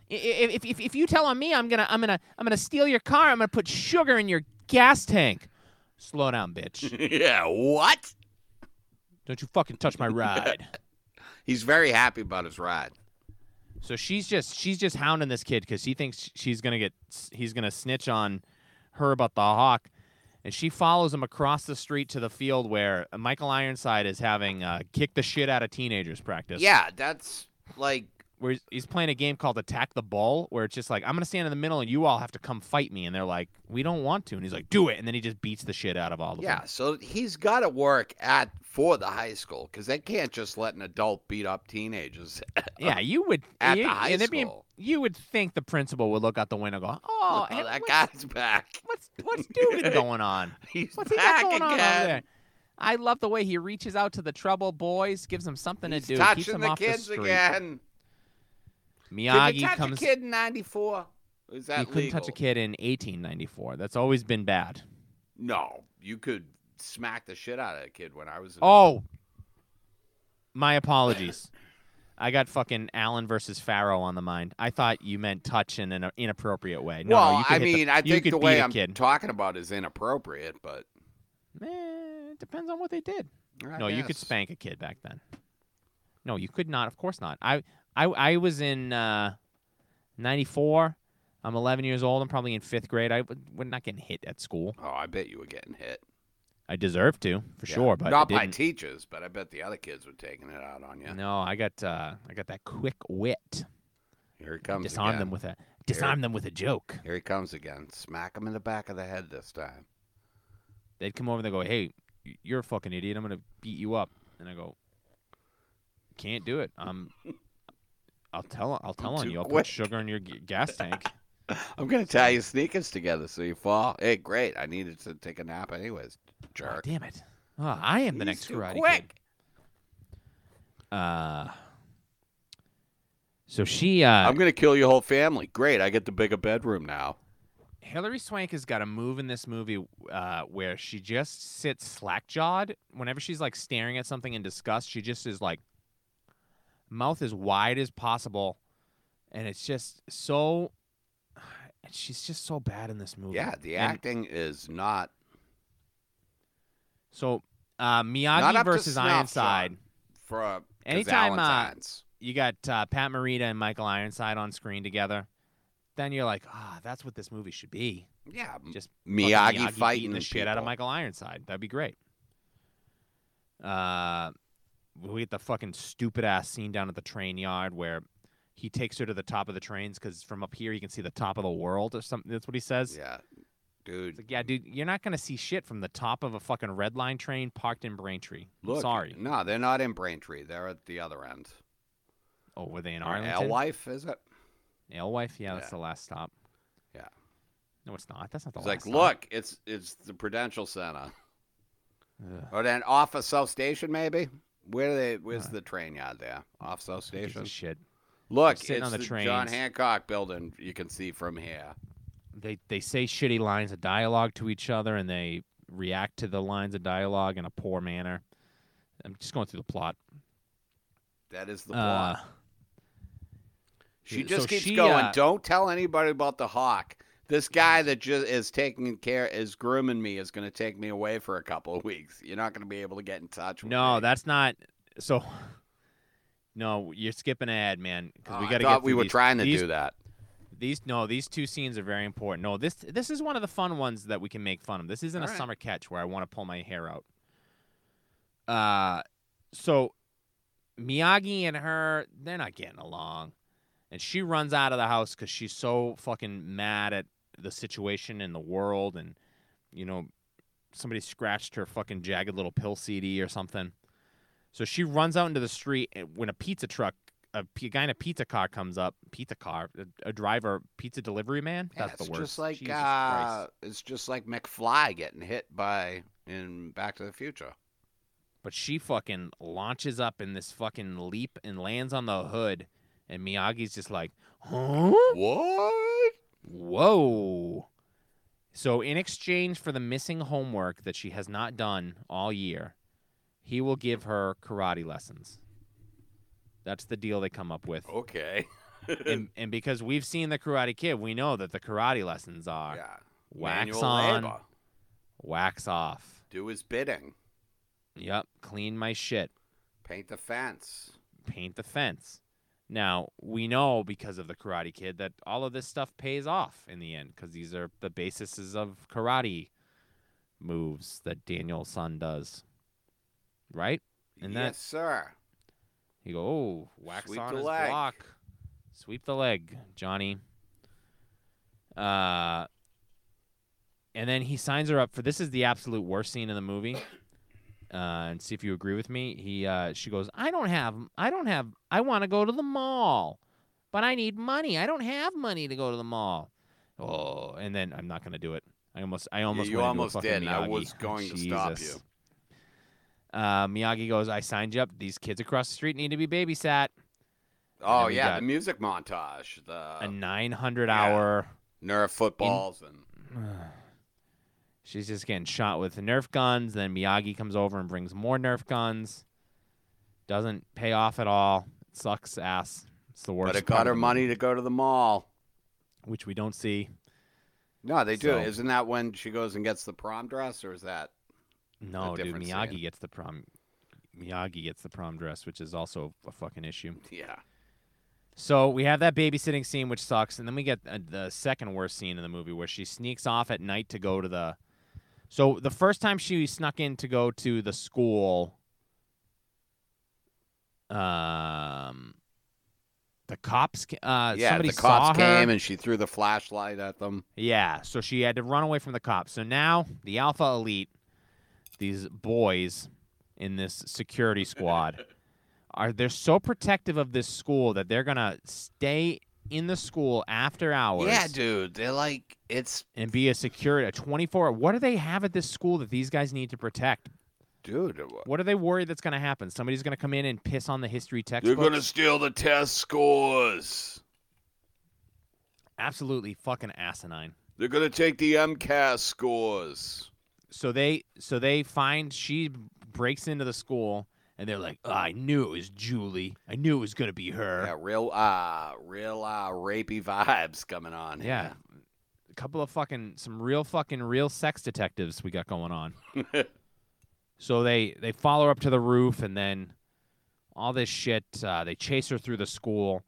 if, if, if you tell on me, I'm gonna I'm gonna I'm gonna steal your car. I'm gonna put sugar in your gas tank. Slow down, bitch. yeah, what? Don't you fucking touch my ride. He's very happy about his ride. So she's just she's just hounding this kid because she thinks she's gonna get he's gonna snitch on her about the hawk, and she follows him across the street to the field where Michael Ironside is having uh, kick the shit out of teenagers practice. Yeah, that's like where he's, he's playing a game called Attack the Bull, where it's just like I'm gonna stand in the middle and you all have to come fight me, and they're like, we don't want to, and he's like, do it, and then he just beats the shit out of all of yeah. them. So he's got to work at for the high school because they can't just let an adult beat up teenagers Yeah, you would uh, at you, the high and they'd be- school. you would think the principal would look out the window and go, oh, Oh, hey, that what's, guy's back. what's what's Dugan going on? He's What's he got back going on over again. there? I love the way he reaches out to the trouble boys, gives them something He's to do, keeps touching them the off kids the street. again. Miyagi Did you touch comes. a kid in '94? Is that you couldn't legal? touch a kid in 1894. That's always been bad. No, you could smack the shit out of a kid when I was. in- Oh, my apologies. I got fucking Allen versus Farrow on the mind. I thought you meant touch in an inappropriate way. No, well, no, you could I hit the- mean, I you think could the way beat a I'm kid. talking about is inappropriate, but Eh, it depends on what they did. I no, you could guess. spank a kid back then. No, you could not. Of course not. I I I was in uh, '94. I'm 11 years old. I'm probably in fifth grade. I would we're not getting hit at school. Oh, I bet you were getting hit. I deserved to for Yeah. sure, but I not by didn't. teachers, but I bet the other kids were taking it out on you. No, I got uh, I got that quick wit. Here he comes disarm again. them with a disarm them with a joke. Here he comes again. Smack him in the back of the head this time. They'd come over and they go, "Hey, y- you're a fucking idiot. I'm gonna beat you up." And I go, "Can't do it. I'm. I'll tell. I'll tell on too you. I'll quick." put sugar in your g- gas tank." I'm gonna tie your sneakers together so you fall. Hey, great! I needed to take a nap anyways. oh, Jerk. damn it! Oh, I am the He's next too karate quick. Kid. Uh. So she, uh, I'm gonna kill your whole family. Great! I get the bigger bedroom now. Hilary Swank has got a move in this movie uh, where she just sits slack jawed. Whenever she's like staring at something in disgust, she just is like mouth as wide as possible, and it's just so. and She's just so bad in this movie. Yeah, the And acting is not. So uh, Not Miyagi up to versus snuff, Ironside. Sean. For uh, 'cause Anytime, uh, Valentine's. You got uh, Pat Morita and Michael Ironside on screen together. Then you're like, ah, that's what this movie should be. yeah, just fucking Miyagi, Miyagi fighting beating the shit out of people. Michael Ironside. That'd be great. Uh, we get the fucking stupid ass scene down at the train yard where he takes her to the top of the trains because from up here you can see the top of the world or something. That's what he says. Yeah, dude. It's like, yeah, dude, you're not gonna see shit from the top of a fucking red line train parked in Braintree. I'm Look, sorry. No, they're not in Braintree. They're at the other end. Oh, were they in Or Arlington? Alewife, is it? Alewife? Yeah, that's Yeah. the last stop. Yeah. No, it's not. That's not the It's last. like, stop. look, it's it's the Prudential Center. Ugh. Or then off of South Station, maybe. Where do they? Where's Huh. the train yard there? Off South Who gives a Station. Shit. Look, sitting it's on the, the John trains. Hancock building. You can see from here. They they say shitty lines of dialogue to each other, and they react to the lines of dialogue in a poor manner. I'm just going through the plot. That is the Uh, plot. She so just keeps she, going. uh, Don't tell anybody about the hawk. This guy that just is taking care is grooming me is going to take me away for a couple of weeks. You're not going to be able to get in touch with no, me. that's not. So, no, you're skipping ahead, man. Because Oh, we I got to thought get. we through were these- trying to these, do that. These no, these two scenes are very important. No, this this is one of the fun ones that we can make fun of. This isn't All a right. summer catch where I want to pull my hair out. Uh so Miyagi and her, they're not getting along. And she runs out of the house cuz she's so fucking mad at the situation in the world and you know somebody scratched her fucking jagged little pill CD or something. So she runs out into the street and when a pizza truck, a, p- a guy in a pizza car comes up, pizza car, a, a driver, pizza delivery man. Yeah, That's it's the worst. just like Jesus uh, Christ. it's just like McFly getting hit by in Back to the Future. But she fucking launches up in this fucking leap and lands on the hood, and Miyagi's just like, huh? What? Whoa. So, in exchange for the missing homework that she has not done all year, he will give her karate lessons. That's the deal they come up with. Oh, Okay. And, and because we've seen the Karate Kid, we know that the karate lessons are yeah. wax Manual on, labor. wax off. Do his bidding. Yep, clean my shit, Paint the fence. paint the fence. Now, we know because of the Karate Kid that all of this stuff pays off in the end because these are the basis of karate moves that Daniel Sun does. Right? And yes, that- sir. You go, oh, wax Sweep on the his leg." block. Sweep the leg, Johnny. Uh, and then he signs her up for this is the absolute worst scene in the movie. Uh, and see if you agree with me. He, uh, she goes, I don't have, I don't have, I want to go to the mall, but I need money. I don't have money to go to the mall. Oh, and then I'm not gonna do it. I almost, I almost, you went into a almost fucking did, and I Miyagi. was going to stop Jesus. Uh, Miyagi goes, I signed you up. These kids across the street need to be babysat. Oh we yeah, got- the music montage, the a 900 Uh, yeah. hour. Nerf footballs, and She's just getting shot with Nerf guns. Then Miyagi comes over and brings more Nerf guns. Doesn't pay off at all. sucks ass. It's the worst. but it part got of her the money to go to the mall. movie, which we don't see. No, they do. So- Isn't that when she goes and gets the prom dress, or is that No, dude. different Miyagi scene. gets the prom. Miyagi gets the prom dress, which is also a fucking issue. yeah? So we have that babysitting scene, which sucks, and then we get uh, the second worst scene in the movie, where she sneaks off at night to go to the. So the first time she snuck in to go to the school, um, the cops, ca- uh, yeah, somebody the cops saw her. came and she threw the flashlight at them. Yeah, so she had to run away from the cops. So now the Alpha Elite, these boys in this security squad, are they're so protective of this school that they're gonna stay in the school after hours Yeah, dude, they're like it's and be a security a 24 what do they have at this school that these guys need to protect dude. what are they worried that's going to happen somebody's going to come in and piss on the history They're textbook gonna steal the test scores. absolutely fucking asinine They're gonna take the MCAS scores. so they so they find she breaks into the school and they're like, "Oh, I knew it was Julie. I knew it was gonna be Yeah, her. real uh real uh rapey vibes coming on. Yeah. A couple of fucking some real fucking real sex detectives we got going on. so they they follow her up to the roof and then all this shit. Uh, they chase her through the school.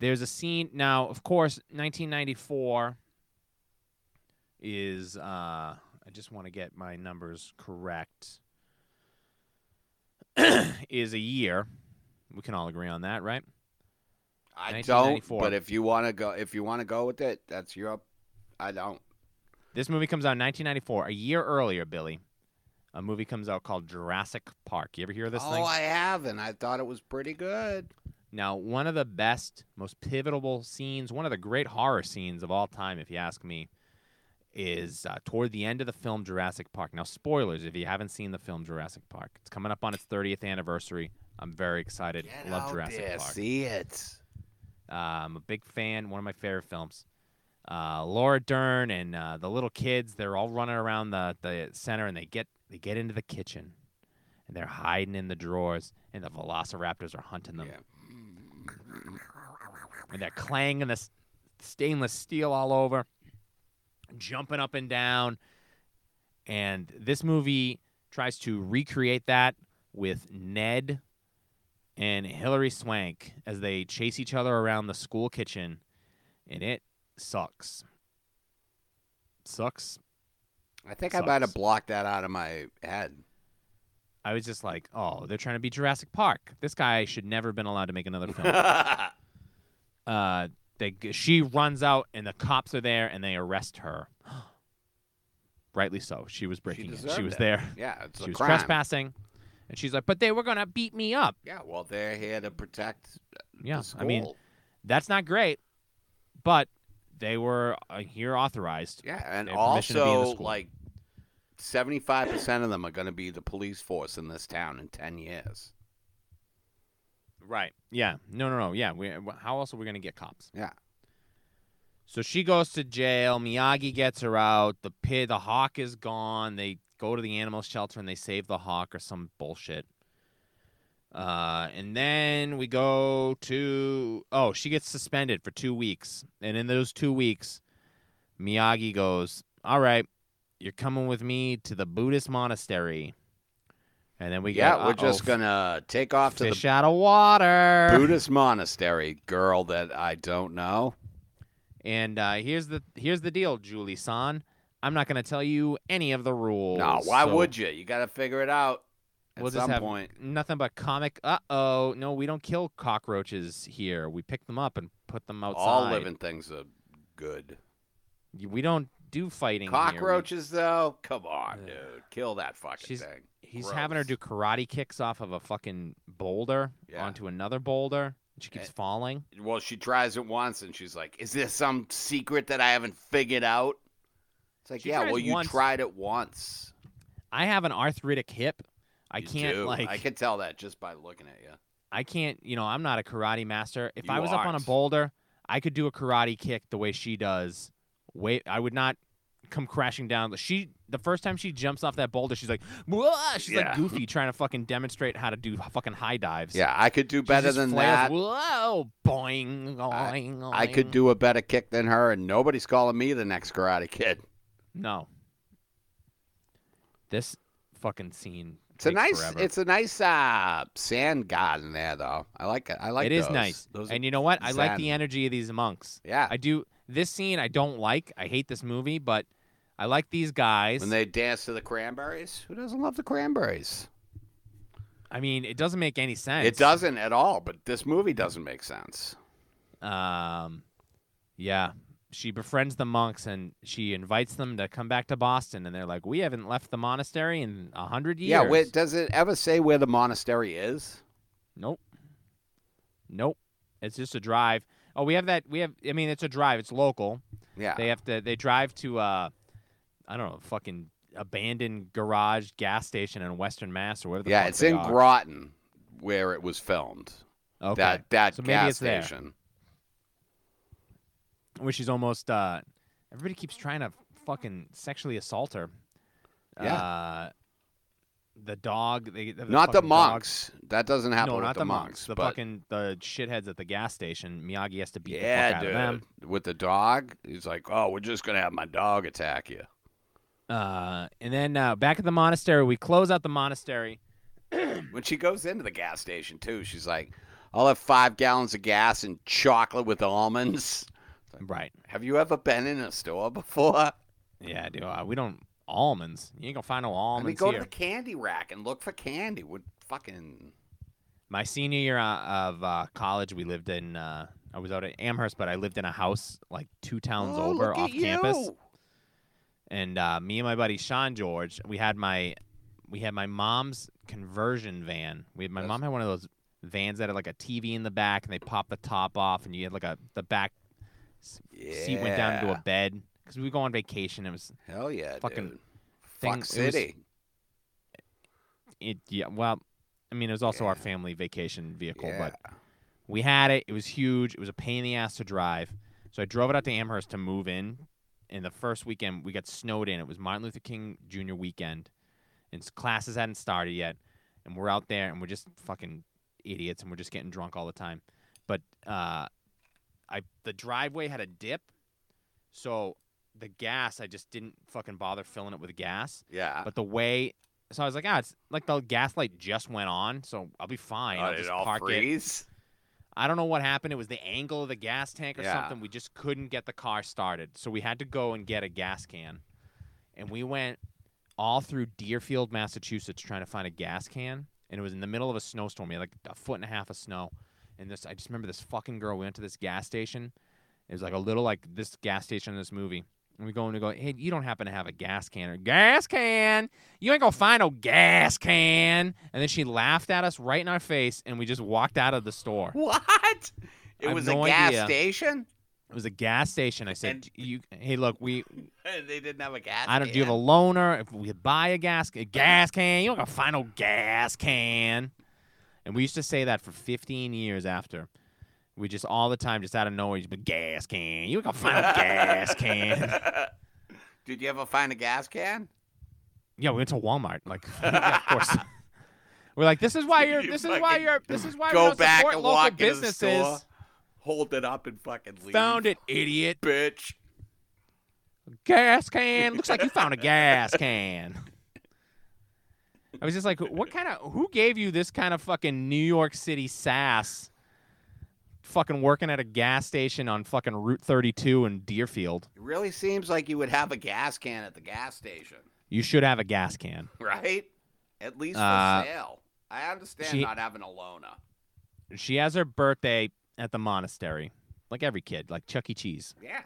There's a scene now, of course, 1994 is. Uh, I just want to get my numbers correct. is a year. We can all agree on that, right? I don't. 1994. But if you want to go, if you want to go with it, that's your. I don't. This movie comes out in 1994, a year earlier, Billy. A movie comes out called Jurassic Park. You ever hear of this oh, thing? I haven't. I thought it was pretty good. Now, one of the best, most pivotal scenes, one of the great horror scenes of all time, if you ask me, is uh, toward the end of the film Jurassic Park. Now, spoilers if you haven't seen the film Jurassic Park. It's coming up on its 30th anniversary. I'm very excited. Get Love out Jurassic there, Park. See it. Uh, I'm a big fan. One of my favorite films. Uh, Laura Dern and uh, the little kids—they're all running around the, the center, and they get they get into the kitchen, and they're hiding in the drawers, and the Velociraptors are hunting them, and they're clanging the s- stainless steel all over, jumping up and down, and this movie tries to recreate that with Ned and Hilary Swank as they chase each other around the school kitchen, and it sucks. Sucks. I think I might Sucks. have blocked that out of my head. I was just like, oh, they're trying to be Jurassic Park. This guy should never have been allowed to make another film. uh, they, she runs out, and the cops are there, and they arrest her. Rightly so. She was breaking it. She deserved was it. there. yeah, it's she a was crime. trespassing, and she's like, but they were gonna beat me up. Yeah, well, they're here to protect Yeah, the school. I mean, that's not great, but they were uh, here authorized. yeah, and they have permission to be in the also school. like seventy-five percent of them are going to be the police force in this town in ten years. Right. Yeah. No, no, no. Yeah. We, wh- how else are we going to get cops? Yeah. So she goes to jail. Miyagi gets her out. The pig, the hawk is gone. They go to the animal shelter and they save the hawk or some bullshit. Uh, and then we go to oh, she gets suspended for two weeks, and in those two weeks, Miyagi goes, "All right, you're coming with me to the Buddhist monastery." And then we yeah, go, we're just gonna take off to fish the out of water. Buddhist monastery, girl that I don't know. And uh, here's the here's the deal, Julie San. I'm not going to tell you any of the rules. No, why so would you? You got to figure it out at We'll just some have point. Nothing but comic. Uh oh, no, we don't kill cockroaches here. We pick them up and put them outside. All living things are good. Y- We don't do fighting. here. We- Cockroaches, though, come on, Ugh. dude, kill that fucking She's- thing. he's having her do karate kicks off of a fucking boulder Yeah. onto another boulder. and She keeps Eh. falling. Well, she tries it once, and she's like, "Is there some secret that I haven't figured out?" It's like, She yeah, tries well, you once. tried it once. I have an arthritic hip. I You can't do. like I can tell that just by looking at you. I can't, you know, I'm not a karate master. If You I was up on a aren't. boulder, I could do a karate kick the way she does. Wait, I would not come crashing down. She the first time she jumps off that boulder, she's like, "Whoa!" she's Yeah. like goofy trying to fucking demonstrate how to do fucking high dives. Yeah, I could do She better just than flails, that. Whoa, boing, I- boing, I could boing. do a better kick than her, and nobody's calling me the next Karate Kid. no. This fucking scene. It's a takes nice, Forever. it's a nice uh, sand garden there, though. I like it. I like It is those. nice. Those are- and you know what? I like the zen. energy of these monks. yeah, I do this scene. I don't like. I hate this movie, but I like these guys. when they dance to the cranberries, who doesn't love the cranberries? I mean, it doesn't make any sense. It doesn't at all, but this movie doesn't make sense. Um, yeah. She befriends the monks and she invites them to come back to Boston, and they're like, "We haven't left the monastery in a hundred years." Yeah, wait, does it ever say where the monastery is? Nope. Nope. It's just a drive. Oh, we have that. We have. I mean, it's a drive. It's local. Yeah. They have to. They drive to. Uh, I don't know. Fucking abandoned garage gas station in Western Mass or whatever. The yeah, fuck it's they in are. Groton where it was filmed. Okay. That that So maybe gas it's there. station. where she's almost uh everybody keeps trying to fucking sexually assault her. Yeah. Uh, the dog they the Not the fucking dog- monks. That doesn't happen No, with not the, the monks. The but fucking the shitheads at the gas station. Miyagi has to beat the yeah, fuck dude. out of them. With the dog, he's like, "Oh, we're just gonna have my dog attack you." Uh, and then uh, back at the monastery, we close out the monastery. When she goes into the gas station too, she's like, "I'll have five gallons of gas and chocolate with almonds." Right. Have you ever been in a store before? Yeah, dude. Uh, we don't almonds. You ain't gonna find no I almonds mean, go here. to the candy rack and look for candy. Would fucking my senior year uh, of uh, college, we lived in. Uh, I was out at Amherst, but I lived in a house like two towns Oh, over look off at campus. you. and uh, me and my buddy Sean George, we had my we had my mom's conversion van. We had, my Yes. mom had one of those vans that had like a TV in the back, and they popped the top off, and you had like a the back Yeah. seat went down into a bed because we would go on vacation. It was Hell yeah, fucking dude. thing- it Fuck was- City. it yeah well, I mean it was also our Yeah. family vacation vehicle, yeah. but we had it. It was huge. It was a pain in the ass to drive. So I drove it out to Amherst to move in. And the first weekend, we got snowed in. It was Martin Luther King Jr. weekend, and s- classes hadn't started yet. And we're out there, and we're just fucking idiots, and we're just getting drunk all the time. But uh, I the driveway had a dip, so the gas I just didn't fucking bother filling it with gas. yeah. But the way, so I was like, ah, it's like the gas light just went on, so I'll be fine. Oh, I'll did just it all park it. freeze? I don't know what happened. It was the angle of the gas tank or Yeah. something. We just couldn't get the car started. So we had to go and get a gas can. And we went all through Deerfield, Massachusetts trying to find a gas can. And it was in the middle of a snowstorm. We had like a foot and a half of snow. And this I just remember this fucking girl. We went to this gas station. It was like a little like this gas station in this movie. And we go in and go, hey, you don't happen to have a gas can or gas can. You ain't gonna find no gas can. And then she laughed at us right in our face and we just walked out of the store. What? I It have was no a gas idea. station, It was a gas station. I said, And- "You, hey, look, we. and they didn't have a gas. I don't. Do you have a loaner? If we buy a gas a gas can, you don't gonna find no gas can." And we used to say that for 15 years after. We just all the time, just out of nowhere, just be gas can. You ain't gonna find no gas can. Did you ever find a gas can? Yeah, we went to Walmart. Like, yeah, of course. We're like, this is why you're. You This is why fucking you're. This is why we Go don't back support and local walk into the businesses. store, hold it up, and fucking leave. Found it, idiot. bitch. gas can. Looks like you found a gas can. I was just like, what kind of who gave you this kind of fucking New York City sass? Fucking working at a gas station on fucking Route 32 in Deerfield. It really seems like you would have a gas can at the gas station, You should have a gas can. right? At least for Uh, sale. I understand she- not having a loaner. She has her birthday at the monastery, like every kid, like Chuck E. Cheese. Yeah,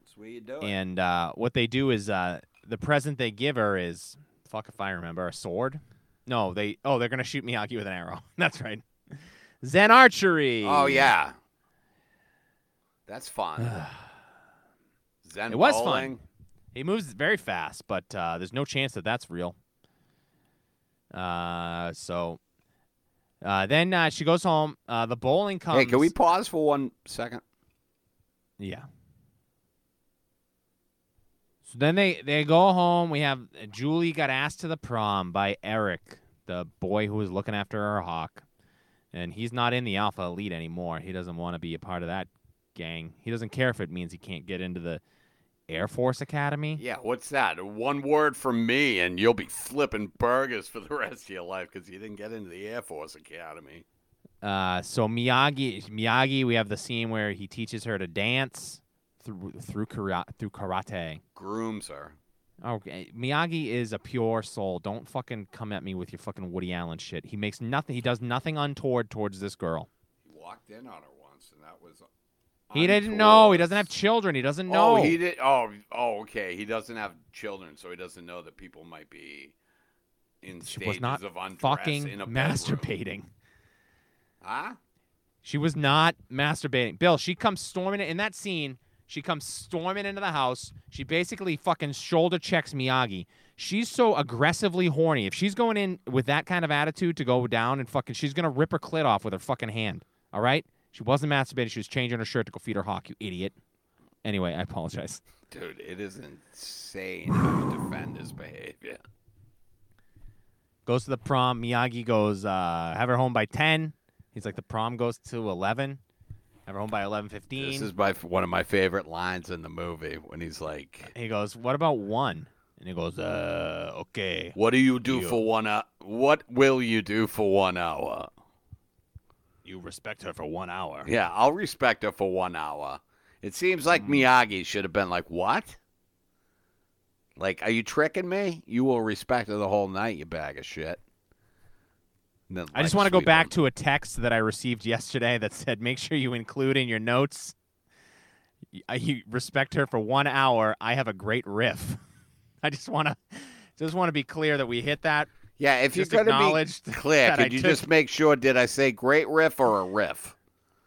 that's where you do it. And uh, what they do is uh, the present they give her is fuck if I remember a sword. No, they oh they're gonna shoot Miyagi with an arrow. That's right. Zen archery. oh yeah, that's fun. Zen It was fun. bowling. he moves very fast, but uh, there's no chance that that's real. Uh, so uh, then uh, she goes home. Uh, the bowling comes. Hey, can we pause for one second? Yeah. So then they they go home. We have uh, Julie got asked to the prom by Eric, the boy who was looking after her hawk, and he's not in the Alpha Elite anymore. He doesn't want to be a part of that gang. He doesn't care if it means he can't get into the Air Force Academy. Yeah, what's that? One word from me, and you'll be flipping burgers for the rest of your life because you didn't get into the Air Force Academy. Uh, so Miyagi, Miyagi, we have the scene where he teaches her to dance through through karate, through karate. Grooms her. Okay, Miyagi is a pure soul. Don't fucking come at me with your fucking Woody Allen shit. He makes nothing. He does nothing untoward towards this girl. He walked in on her once, and that was. He didn't know. He doesn't have children. He doesn't know. Oh, he did. Oh, oh, okay. He doesn't have children, so he doesn't know that people might be in She stages was not of undress fucking in a bedroom. masturbating. Huh? She was not masturbating. Bill, she comes storming in that scene. She comes storming into the house. She basically fucking shoulder checks Miyagi. She's so aggressively horny. If she's going in with that kind of attitude to go down and fucking, she's gonna rip her clit off with her fucking hand. All right? She wasn't masturbating. She was changing her shirt to go feed her hawk. You idiot. Anyway, I apologize. Dude, it is insane how you defend his behavior. Goes to the prom. Miyagi goes, uh, have her home by ten. He's like, the prom goes to eleven. Have her home by eleven fifteen. This is my one of my favorite lines in the movie when he's like, He goes, "What about one?" And he goes, "Uh, okay." "What do you do You- for one hour? What will you do for one hour?" You respect her for one hour. Yeah, I'll respect her for one hour. It seems like Mm. Miyagi should have been like, "What? Like, are you tricking me? You will respect her the whole night, you bag of shit." And then, I just like, want to go sweet back home. to a text that I received yesterday that said, "Make sure you include in your notes. y- uh, You respect her for one hour. I have a great riff." I just want to just want to be clear that we hit that. Yeah, if Just you're going acknowledge to be clear, that I could you took- just make sure? Did I say great riff or a riff?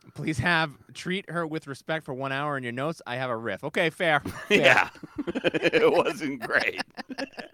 Please have treat her with respect for one hour in your notes. I have a riff. Okay, fair. Yeah, it wasn't great.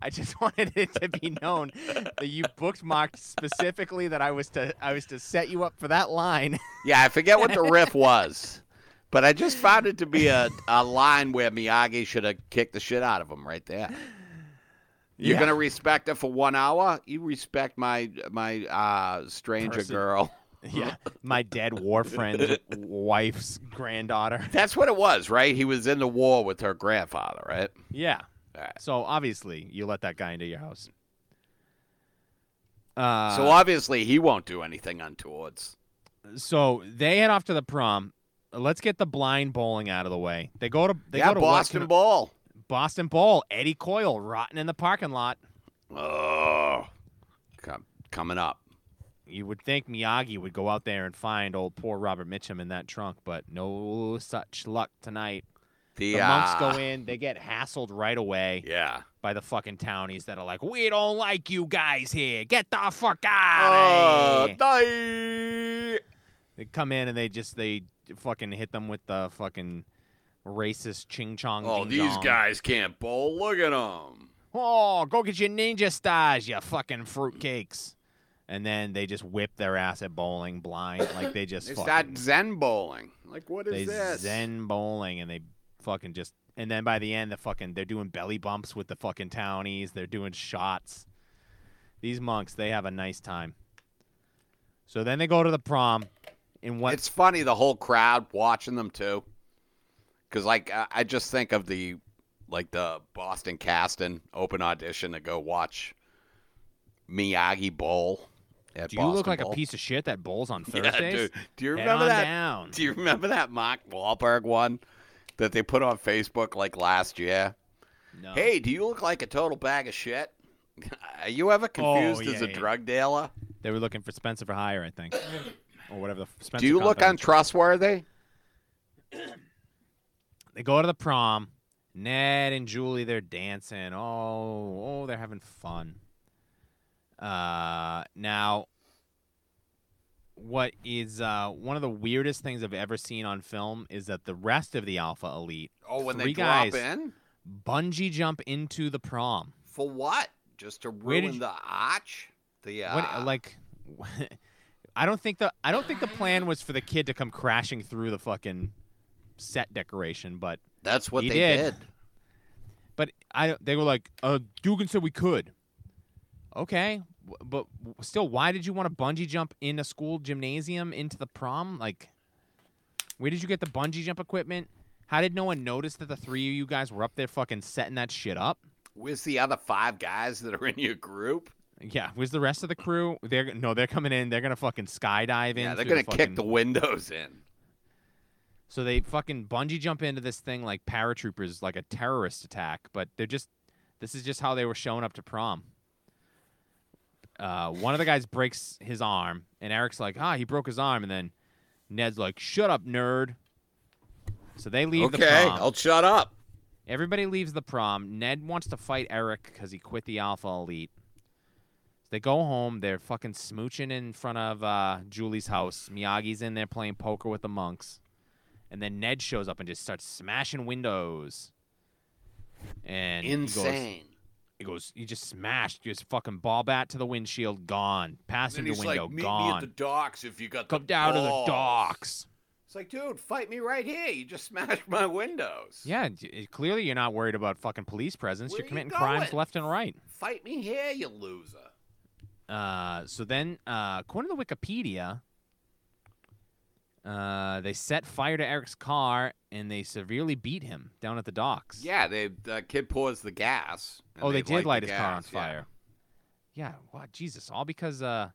I just wanted it to be known that you bookmarked specifically that I was to I was to set you up for that line. Yeah, I forget what the riff was, but I just found it to be a, a line where Miyagi should have kicked the shit out of him right there. You're Yeah. gonna respect her for one hour. You respect my my uh, stranger Person. girl. yeah, my dead war friend's wife's granddaughter. That's what it was, right? He was in the war with her grandfather, right? Yeah. Alright. So obviously you let that guy into your house. Uh, so obviously he won't do anything untowards. so they head off to the prom. Let's get the blind bowling out of the way. They go to they yeah, go to Boston Boston Ball. Boston Bowl. Eddie Coyle rotting in the parking lot. Oh, com- coming up. You would think Miyagi would go out there and find old poor Robert Mitchum in that trunk, but no such luck tonight. The, The uh, monks go in, they get hassled right away Yeah. by the fucking townies that are like, "We don't like you guys here. Get the fuck out!" Oh, of here. die. They come in and they just they fucking hit them with the fucking racist ching chong. Oh, ding these dong. guys can't bowl. Look at them. Oh, go get your ninja stars, you fucking fruitcakes. And then they just whip their ass at bowling blind, like they just They fucking, start Zen bowling. Like, what they is this? zen bowling, and they fucking just. And then by the end, the fucking they're doing belly bumps with the fucking townies. They're doing shots. These monks, they have a nice time. So then they go to the prom, and what? It's funny the whole crowd watching them too, because like I, I just think of the like the Boston casting open audition to go watch Miyagi Bowl. At do you look Boston like Bowl. a piece of shit that bowls on Yeah, Thursdays? dude. Do you Head remember on that? down. Do you remember that Mark Wahlberg one that they put on Facebook like last year? No. Hey, do you look like a total bag of shit? Are you ever confused Oh, yeah, as a yeah. drug dealer? They were looking for Spencer for hire, I think, or whatever the f- Spencer. Do you look Confidential- untrustworthy? They go to the prom. Ned and Julie, they're dancing. Oh, oh, they're having fun. Uh, now, what is uh, one of the weirdest things I've ever seen on film is that the rest of the Alpha Elite Oh, when Three they drop guys. in bungee jump into the prom. for what? Just to Where did ruin you- the arch? The uh, What, like, I don't think the I don't think the plan was for the kid to come crashing through the fucking set decoration, but that's what he they did. did. But I they were like, uh, Dugan said we could. Okay, w- but w- still, why did you want to bungee jump in a school gymnasium into the prom? Like, where did you get the bungee jump equipment? How did no one notice that the three of you guys were up there fucking setting that shit up? Where's the other five guys that are in your group? Yeah, was the rest of the crew? They're no, they're coming in. They're gonna fucking skydive in. yeah, they're through gonna fucking- kick the windows in. So they fucking bungee jump into this thing like paratroopers, like a terrorist attack. But they're just, this is just how they were showing up to prom. Uh, one of the guys breaks his arm, and Eric's like, ah, he broke his arm. And then Ned's like, shut up, nerd. So they leave Okay, the prom. I'll shut up. Everybody leaves the prom. Ned wants to fight Eric because he quit the Alpha Elite. They go home. They're fucking smooching in front of uh, Julie's house. Miyagi's in there playing poker with the monks. And then Ned shows up and just starts smashing windows. And he goes- Insane. He goes, he just smashed, just fucking ball bat to the windshield, gone. Passenger window, gone. docks if you got Come down to the docks. It's like, dude, fight me right here. You just smashed my windows. Yeah, d- it- clearly you're not worried about fucking police presence. Where you're you committing crimes going? left and right. Fight me here, you loser. Uh, so then, uh, according to Wikipedia, uh, they set fire to Eric's car and they severely beat him down at the docks. Yeah, they the kid pours the gas. and oh, they, did light the his car on gas, yeah. fire. Yeah. Wow. Jesus. All because uh,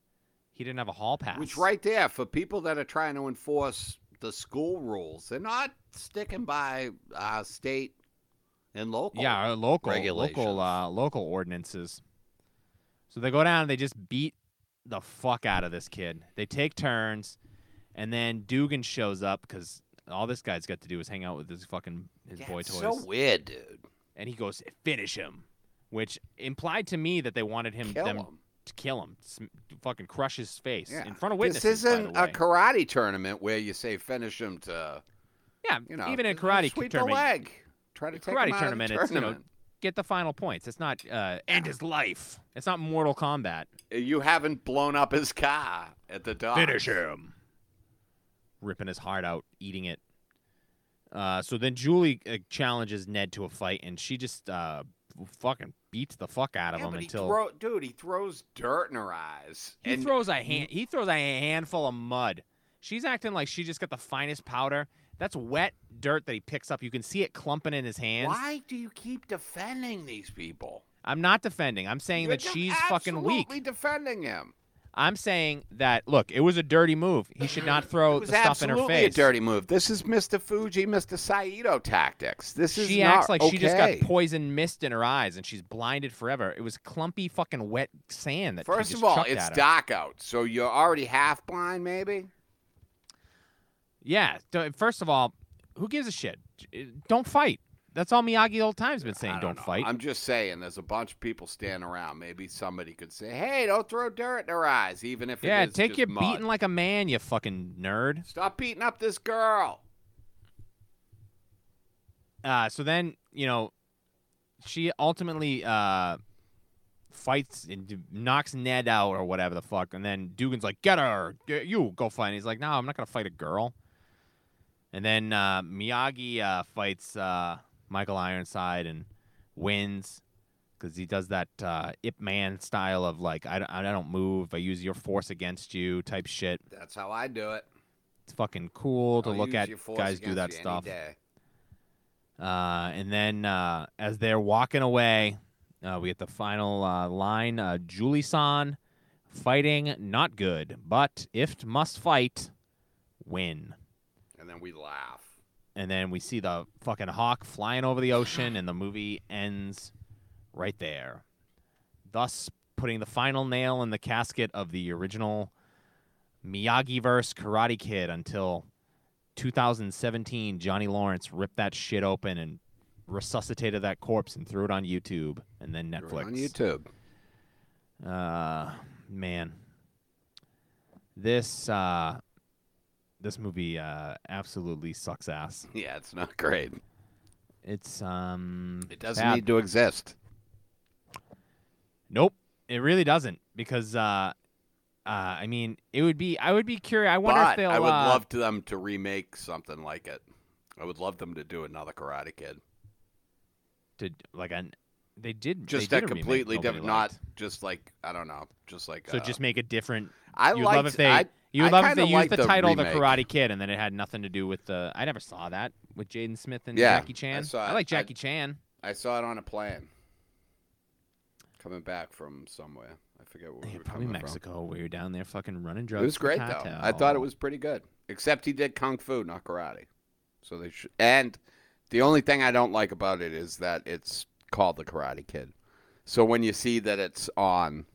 he didn't have a hall pass. Which right there for people that are trying to enforce the school rules, they're not sticking by uh, state and local. Yeah. uh, Local. Local. regulations. Uh, local ordinances. So they go down and they just beat the fuck out of this kid. They take turns, and then Dugan shows up because all this guy's got to do is hang out with his fucking his Yeah, boy it's toys. So weird, dude. and he goes, "Finish him," which implied to me that they wanted him Kill them him. to kill him, sm- to fucking crush his face Yeah. in front of This witnesses. isn't by a the way. karate tournament where you say finish him to yeah, you know even in a just karate sweep tournament, the leg. Try to take karate him out tournament, Of the it's you know, tournament. get the final points. It's not uh, end his life. It's not Mortal Kombat. You haven't blown up his car at the dock. him. Ripping his heart out, eating it. Uh, so then Julie uh, challenges Ned to a fight, and she just uh, fucking beats the fuck out of Yeah, him but he until throw- dude, he throws dirt in her eyes. he and throws a hand. He throws a handful of mud. She's acting like she just got the finest powder. That's wet dirt that he picks up. You can see it clumping in his hands. why do you keep defending these people? I'm not defending. I'm saying You're that just she's fucking weak. absolutely defending him. I'm saying that look, it was a dirty move. He should not It throw the was stuff in absolutely her face. a dirty move. This is Mr. Fuji, Mr. Saito tactics. This is she not acts like she just got okay. poison mist in her eyes and she's blinded forever. It was clumpy fucking wet sand that he First just of all, chucked it's at her. dark out, so you're already half blind, maybe. Yeah, d- first of all, who gives a shit? J- eh, Don't fight. That's all Miyagi all the time's been saying, I don't, know. fight. I'm just saying, there's a bunch of people standing around. Maybe somebody could say, "Hey, don't throw dirt in her eyes," even if yeah, it is take just your mud. beating like a man, you fucking nerd. Stop beating up this girl. Uh, so then, you know, she ultimately uh, fights and d- knocks Ned out or whatever the fuck. And then Dugan's like, get her. Get you go fight. And he's like, no, I'm not going to fight a girl. And then uh, Miyagi uh, fights uh, Michael Ironside and wins because he does that uh, Ip Man style of like, I, don't- I don't move. I use your force against you type shit. That's how I do it. It's fucking cool to I'll look use at your force guys do against that you any stuff. day. Uh, and then uh, as they're walking away, uh, we get the final uh, line uh, Julie San fighting, not good, but if must fight, win. And then we laugh. And then we see the fucking hawk flying over the ocean, and the movie ends right there. Thus, putting the final nail in the casket of the original Miyagi verse Karate Kid until 2017, Johnny Lawrence ripped that shit open and resuscitated that corpse and threw it on YouTube and then We're Netflix. on YouTube. Uh, man, this uh, this movie uh, absolutely sucks ass. Yeah, it's not great. It's um, It doesn't bad. need to exist. Nope, it really doesn't because uh, uh, I mean, it would be I would be curious. I wonder if But they'll. I would uh, love to them to remake something like it. I would love them to do another Karate Kid, to like an. They did just they a did remake completely Nobody different, not Liked. just like I don't know, just like So uh, just make a different. I You'd liked, love if they. I, you would I love if kinda they used liked the the title remake. The Karate Kid, and then it had nothing to do with the. I never saw that with Jaden Smith and Yeah, Jackie Chan. I saw it. like I- Jackie Chan. I saw it on a plane coming back from somewhere. I forget where we Yeah, were probably coming Mexico, where you're down there fucking running From. drugs. It was for great though. I cartel. thought it was pretty good, except he did kung fu, not karate. So they should. And the only thing I don't like about it is that it's called the Karate Kid. So when you see that it's on,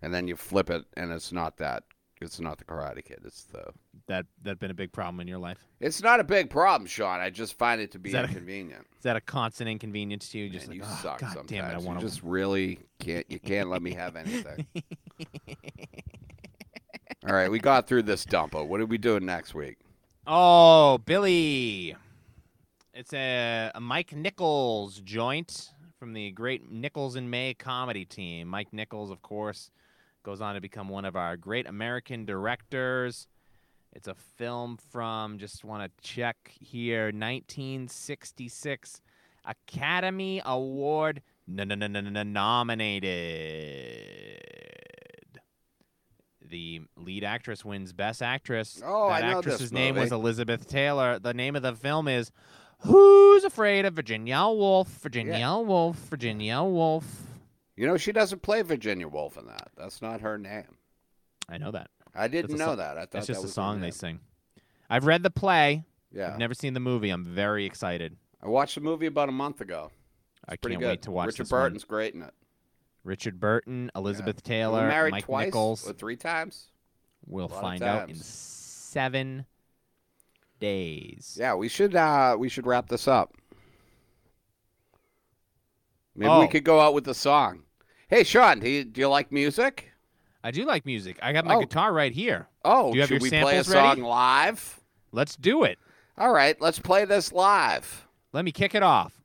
and then you flip it, and it's not that. It's not the Karate Kid. It's the. that that been a big problem in your life. It's not a big problem, Sean. I just find it to be Is that a- inconvenient. Is that a constant inconvenience to you? Just Man, like, you "Oh, suck God sometimes. damn it, I want you to. just really can't. You can't let me have anything. All right, we got through this dumpo. What are we doing next week? Oh, Billy. It's a, a Mike Nichols joint from the great Nichols and May comedy team. Mike Nichols, of course, goes on to become one of our great American directors. It's a film from, just want to check here, 1966 Academy Award no, no, no, no, no, nominated the lead actress wins Best Actress. Oh, that I know actress's this name was movie. Elizabeth Taylor. The name of the film is Who's Afraid of Virginia Woolf? Virginia Woolf. Virginia Woolf. You know, she doesn't play Virginia Woolf in that. That's not her name. I know that. I That's didn't a know so- that. I thought That's that just a was her song they name. sing. I've read the play. Yeah, I've never seen the movie. I'm very excited. I watched the movie about a month ago. I Pretty can't good. wait to watch Richard this one. Burton's great in it. Richard Burton, Elizabeth Taylor, Were married Mike twice Nichols. or three times. We'll lot of find out in times. seven days. Yeah, we should. Uh, we should wrap this up. Maybe Oh. we could go out with a song. Hey, Sean, do you, do you like music? I do like music. I got my Oh. guitar right here. Oh, Do you have should your we play a samples ready? song live? Let's do it. All right, let's play this live. Let me kick it off.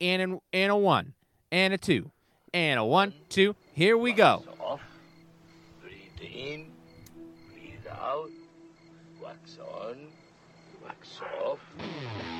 And an, and a one, and a two, and a one, two. Here we go. off, breathe in, breathe out, wax on, wax off,